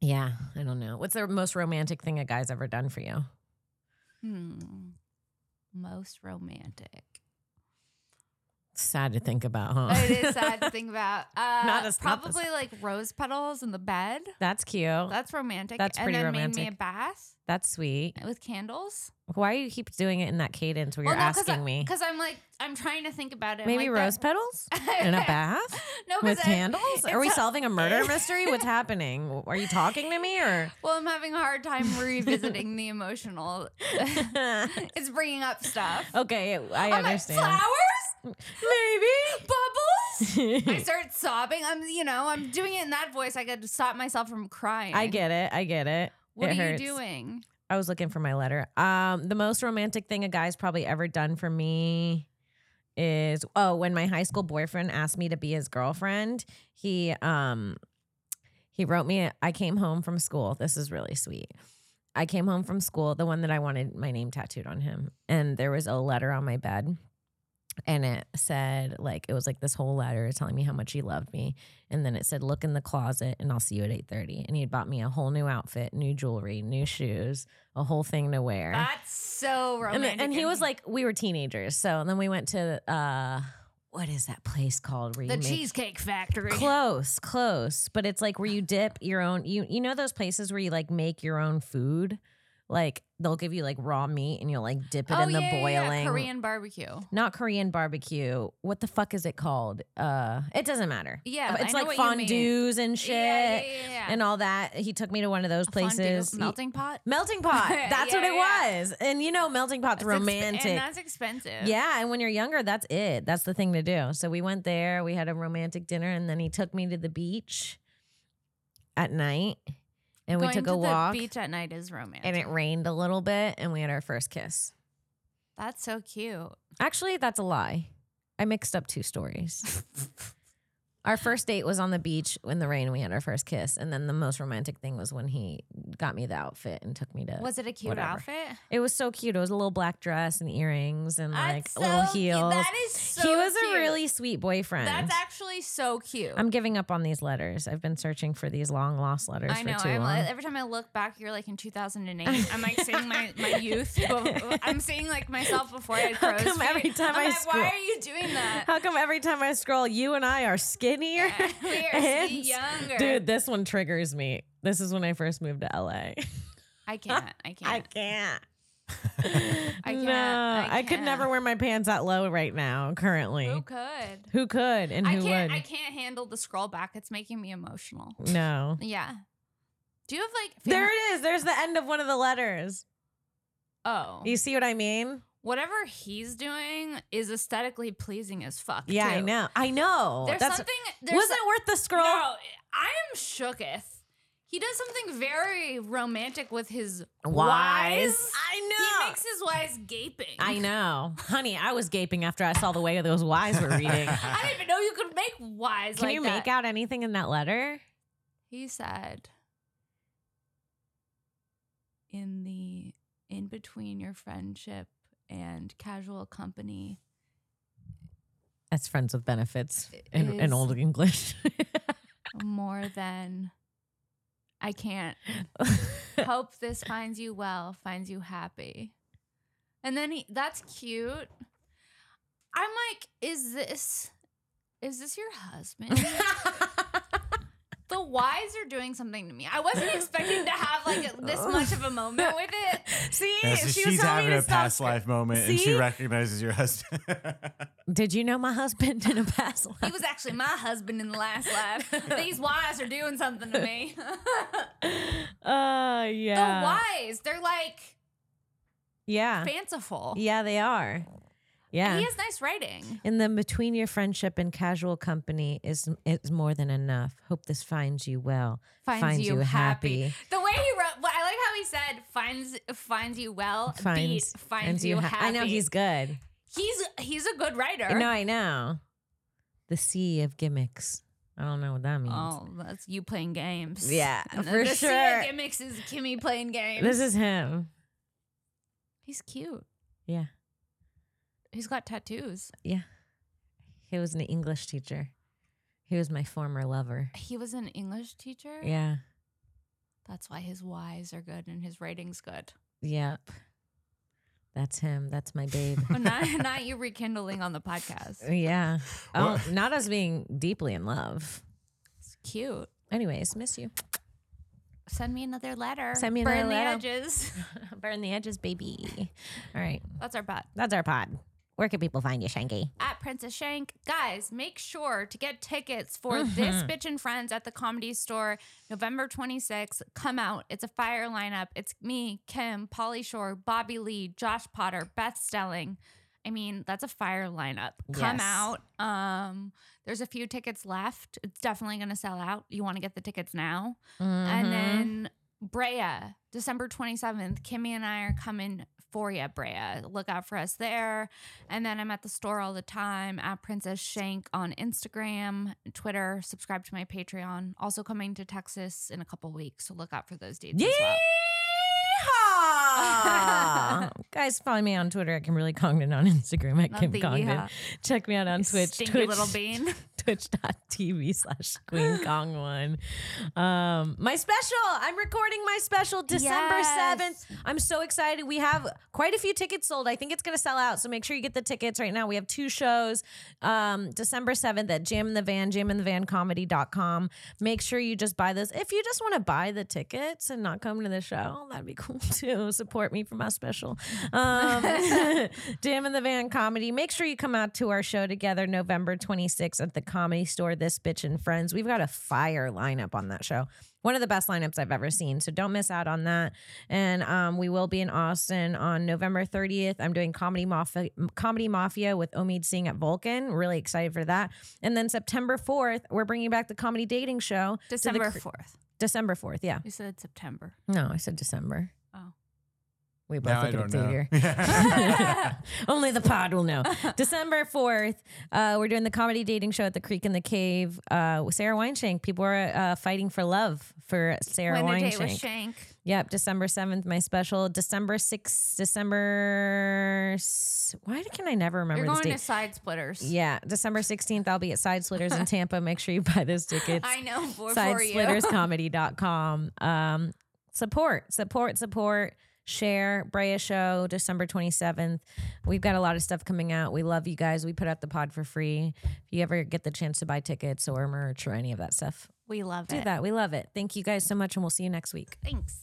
Speaker 2: yeah, I don't know. What's the most romantic thing a guy's ever done for you?
Speaker 3: Hmm. Most romantic.
Speaker 2: Sad to think about, huh?
Speaker 3: It is sad to think about. Uh,
Speaker 2: Not as- not the
Speaker 3: probably like rose petals in the bed.
Speaker 2: That's cute. That's,
Speaker 3: That's romantic.
Speaker 2: That's pretty
Speaker 3: and then Made me a
Speaker 2: romantic.
Speaker 3: bath
Speaker 2: sweet.
Speaker 3: with candles.
Speaker 2: Why do you keep doing it in that cadence where you're asking me?
Speaker 3: because I'm like I'm trying to think about it.
Speaker 2: Maybe
Speaker 3: like that-
Speaker 2: rose petals in a bath
Speaker 3: no, 'cause
Speaker 2: with
Speaker 3: I-
Speaker 2: candles? Are we
Speaker 3: it's a-
Speaker 2: solving a murder mystery? What's happening? Are you talking to me or?
Speaker 3: Well, I'm having a hard time revisiting the emotional. it's bringing up stuff.
Speaker 2: okay, Oh, I
Speaker 3: I'm like,
Speaker 2: understand.
Speaker 3: flowers,
Speaker 2: Maybe.
Speaker 3: bubbles. I start sobbing. I'm, you know, I'm doing it in that voice. I got to stop myself from crying.
Speaker 2: I get it. I get it.
Speaker 3: What
Speaker 2: It
Speaker 3: are
Speaker 2: hurts.
Speaker 3: you doing?
Speaker 2: I was looking for my letter. Um, the most romantic thing a guy's probably ever done for me is oh, when my high school boyfriend asked me to be his girlfriend, he um he wrote me I came home from school. This is really sweet. I came home from school, the one that I wanted my name tattooed on him, and there was a letter on my bed. And it said, like, it was like this whole letter telling me how much he loved me. And then it said, look in the closet and I'll see you at 8.30. And he had bought me a whole new outfit, new jewelry, new shoes a whole thing to wear.
Speaker 3: That's so
Speaker 2: and,
Speaker 3: romantic.
Speaker 2: then- and he was like, we were teenagers. So and then we went to uh, what is that place called? Where
Speaker 3: the
Speaker 2: you make-
Speaker 3: Cheesecake Factory.
Speaker 2: Close, close, but it's like where you dip your own. You you know those places where you like make your own food. Like they'll give you like raw meat and you'll like dip it
Speaker 3: oh
Speaker 2: in the
Speaker 3: yeah, yeah, yeah,
Speaker 2: boiling.
Speaker 3: Korean barbecue.
Speaker 2: Not Korean barbecue. What the fuck is it called? Uh, it doesn't matter.
Speaker 3: Yeah,
Speaker 2: it's
Speaker 3: I know
Speaker 2: like
Speaker 3: what you mean.
Speaker 2: fondues and shit
Speaker 3: Yeah, yeah, yeah, yeah.
Speaker 2: and all that. He took me to one of those
Speaker 3: A fondue
Speaker 2: places. Y-
Speaker 3: melting pot.
Speaker 2: Melting pot. That's
Speaker 3: Yeah,
Speaker 2: what it
Speaker 3: yeah.
Speaker 2: was. And you know, melting pot's
Speaker 3: That's exp-
Speaker 2: romantic.
Speaker 3: and that's expensive.
Speaker 2: yeah, and when you're younger, that's it. That's the thing to do. So we went there, we had a romantic dinner, and then he took me to the beach at night and we
Speaker 3: Going
Speaker 2: took
Speaker 3: to
Speaker 2: a
Speaker 3: the
Speaker 2: walk
Speaker 3: Beach at night is romantic.
Speaker 2: and it rained a little bit and we had our first kiss.
Speaker 3: That's so cute.
Speaker 2: Uh, Actually, that's a lie. I mixed up two stories. our first date was on the beach in the rain. We had our first kiss. And then the most romantic thing was when he got me the outfit and took me to
Speaker 3: Was it a cute
Speaker 2: whatever.
Speaker 3: outfit?
Speaker 2: It was so cute. It was a little black dress and earrings and like
Speaker 3: That's
Speaker 2: little
Speaker 3: so cute.
Speaker 2: heels.
Speaker 3: That is so
Speaker 2: he was
Speaker 3: cute.
Speaker 2: a really sweet boyfriend.
Speaker 3: That's actually so cute.
Speaker 2: I'm giving up on these letters. I've been searching for these long lost letters
Speaker 3: I know.
Speaker 2: for too
Speaker 3: I'm
Speaker 2: long.
Speaker 3: like, every time I look back, you're like in 2008. I'm like seeing my, my youth. I'm seeing like myself before I
Speaker 2: How
Speaker 3: crow's
Speaker 2: come
Speaker 3: feet.
Speaker 2: every time
Speaker 3: I'm
Speaker 2: I
Speaker 3: like,
Speaker 2: scroll-
Speaker 3: why are you doing that?
Speaker 2: How come every time I scroll, you and I are skinnier?
Speaker 3: we are
Speaker 2: and-
Speaker 3: younger.
Speaker 2: Dude, this one triggers me. This is when I first moved to LA.
Speaker 3: I can't. I
Speaker 2: I
Speaker 3: can't.
Speaker 2: can't.
Speaker 3: I can't,
Speaker 2: No,
Speaker 3: I
Speaker 2: I could
Speaker 3: can't.
Speaker 2: never wear my pants that low right now, currently.
Speaker 3: Who could?
Speaker 2: Who could and
Speaker 3: I
Speaker 2: who
Speaker 3: can't.
Speaker 2: would?
Speaker 3: I can't handle the scroll back. It's making me emotional.
Speaker 2: No.
Speaker 3: Yeah. Do you have like fam-
Speaker 2: There it is. There's the end of one of the letters.
Speaker 3: Oh,
Speaker 2: You see what I mean?
Speaker 3: whatever he's doing is aesthetically pleasing as fuck.
Speaker 2: Yeah, I
Speaker 3: too.
Speaker 2: know. I know.
Speaker 3: There's
Speaker 2: That's
Speaker 3: something. There's
Speaker 2: wasn't worth the scroll.
Speaker 3: No, I am shooketh. He does something very romantic with his wives.
Speaker 2: I
Speaker 3: He
Speaker 2: know.
Speaker 3: makes his wives gaping.
Speaker 2: I know, honey. I was gaping after I saw the way those Y's were reading.
Speaker 3: I didn't even know you could make wives
Speaker 2: Can
Speaker 3: like
Speaker 2: you
Speaker 3: that.
Speaker 2: make out anything in that letter?
Speaker 3: He said, in the in between your friendship and casual company,
Speaker 2: That's friends with benefits in, in
Speaker 3: Is-
Speaker 2: old English.
Speaker 3: more than I can't hope this finds you well, finds you happy. And then he, that's cute. I'm like, is this is this your husband? the whys are doing something to me. I wasn't expecting to have like this much of a moment with it.
Speaker 2: See,
Speaker 4: Yeah, so she's having a past life moment and she
Speaker 2: See?
Speaker 4: recognizes your husband.
Speaker 2: Did you know my husband in a past
Speaker 3: He
Speaker 2: life?
Speaker 3: was actually my husband in the last life. These whys are doing something to me.
Speaker 2: Uh,
Speaker 3: the
Speaker 2: yeah.
Speaker 3: whys, they're like
Speaker 2: Yeah.
Speaker 3: fanciful.
Speaker 2: Yeah, they are. Yeah.
Speaker 3: And he has nice writing.
Speaker 2: In the between your friendship and casual company is is more than enough. Hope this finds you well.
Speaker 3: finds,
Speaker 2: Finds
Speaker 3: you,
Speaker 2: you
Speaker 3: happy.
Speaker 2: happy.
Speaker 3: The way he wrote, well, I like how he said finds finds you well,
Speaker 2: Finds
Speaker 3: beat finds, you
Speaker 2: ha-
Speaker 3: happy.
Speaker 2: I know he's good.
Speaker 3: he's he's a good writer.
Speaker 2: No, I know. The sea of gimmicks. I don't know what that means.
Speaker 3: oh, that's you playing games.
Speaker 2: Yeah,
Speaker 3: And the-
Speaker 2: for
Speaker 3: the sea of
Speaker 2: sure.
Speaker 3: gimmicks is Kimmy playing games.
Speaker 2: This is him.
Speaker 3: he's cute.
Speaker 2: Yeah.
Speaker 3: He's got tattoos.
Speaker 2: Yeah. He was an English teacher. He was my former lover.
Speaker 3: He was an English teacher.
Speaker 2: Yeah.
Speaker 3: that's why his Ys are good and his writing's good.
Speaker 2: Yep. That's him. That's my babe.
Speaker 3: But not not Oh, you rekindling on the podcast.
Speaker 2: yeah. Oh,
Speaker 4: What?
Speaker 2: not us being deeply in love.
Speaker 3: It's cute.
Speaker 2: Anyways, miss you.
Speaker 3: Send me another letter.
Speaker 2: Send me another
Speaker 3: Burn
Speaker 2: letter.
Speaker 3: the edges.
Speaker 2: Burn the edges, baby. All right.
Speaker 3: That's our bot.
Speaker 2: That's our pod. Where can people find you, Shanky?
Speaker 3: at Princess Shank. Guys, make sure to get tickets for This Bitch and Friends at the Comedy Store November 26th. Come out. It's a fire lineup. It's me, Kim, Polly Shore, Bobby Lee, Josh Potter, Beth Stelling. I mean, that's a fire lineup. Come
Speaker 2: Yes.
Speaker 3: out. Um, there's a few tickets left. It's definitely going to sell out. You want to get the tickets now. And then Brea, December 27th, Kimmy and I are coming for you, Brea. Look out for us there. And then I'm at the store all the time at Princess Shank on Instagram, Twitter. Subscribe to my Patreon. Also coming to Texas in a couple weeks. So look out for those dates as well.
Speaker 2: Yeehaw! Guys, follow me on Twitter at Kimberly Congdon, on Instagram at
Speaker 3: Love
Speaker 2: Kim
Speaker 3: the
Speaker 2: Congdon.
Speaker 3: yeehaw.
Speaker 2: Check me out on Twitch.
Speaker 3: Stinky
Speaker 2: Twitch
Speaker 3: little bean.
Speaker 2: Twitch.tv slash Queen Kong One. Um, my special. I'm recording my special December
Speaker 3: Yes.
Speaker 2: 7th. I'm so excited. We have quite a few tickets sold. I think it's going to sell out. So make sure you get the tickets right now. We have two shows um, December 7th at Jam in the Van, jaminthevancomedy.com. Make sure you just buy this. If you just want to buy the tickets and not come to the show, that'd be cool too. Support me for my special. Um, Jam in the Van comedy. Make sure you come out to our show together November 26th at the comedy store, This Bitch and Friends. We've got a fire lineup on that show. One of the best lineups I've ever seen. So don't miss out on that. And um, we will be in Austin on November 30th. I'm doing Comedy Mafia, Comedy Mafia with Omid Singh at Vulcan. Really excited for that. And then September 4th, we're bringing back the comedy dating show. to the
Speaker 3: December
Speaker 2: cr-
Speaker 3: 4th.
Speaker 2: December 4th. Yeah.
Speaker 3: You said September.
Speaker 2: No, I said December.
Speaker 3: Oh.
Speaker 2: We both
Speaker 4: now
Speaker 2: look
Speaker 4: I
Speaker 2: at it
Speaker 4: don't
Speaker 2: together.
Speaker 4: know.
Speaker 2: Only the pod will know. December 4th, uh, we're doing the comedy dating show at the Creek in the Cave uh, with Sarah Weinshank. People are uh, fighting for love for Sarah
Speaker 3: When the
Speaker 2: Weinshank.
Speaker 3: date was Shank.
Speaker 2: Yep, December 7th, my special. December 6th, December. s- Why can I never remember
Speaker 3: You're
Speaker 2: this
Speaker 3: going to
Speaker 2: date?
Speaker 3: side splitters.
Speaker 2: yeah, December 16th, I'll be at Side Splitters in Tampa. Make sure you buy those tickets.
Speaker 3: I know for, for you.
Speaker 2: sidesplitterscomedy.com. Um, support, support, support. Share Brea Show December 27th. We've got a lot of stuff coming out. We love you guys. We put out the pod for free. If you ever get the chance to buy tickets or merch or any of that stuff,
Speaker 3: We love
Speaker 2: do
Speaker 3: it.
Speaker 2: that. We love it. Thank you guys so much, and we'll see you next week.
Speaker 3: Thanks.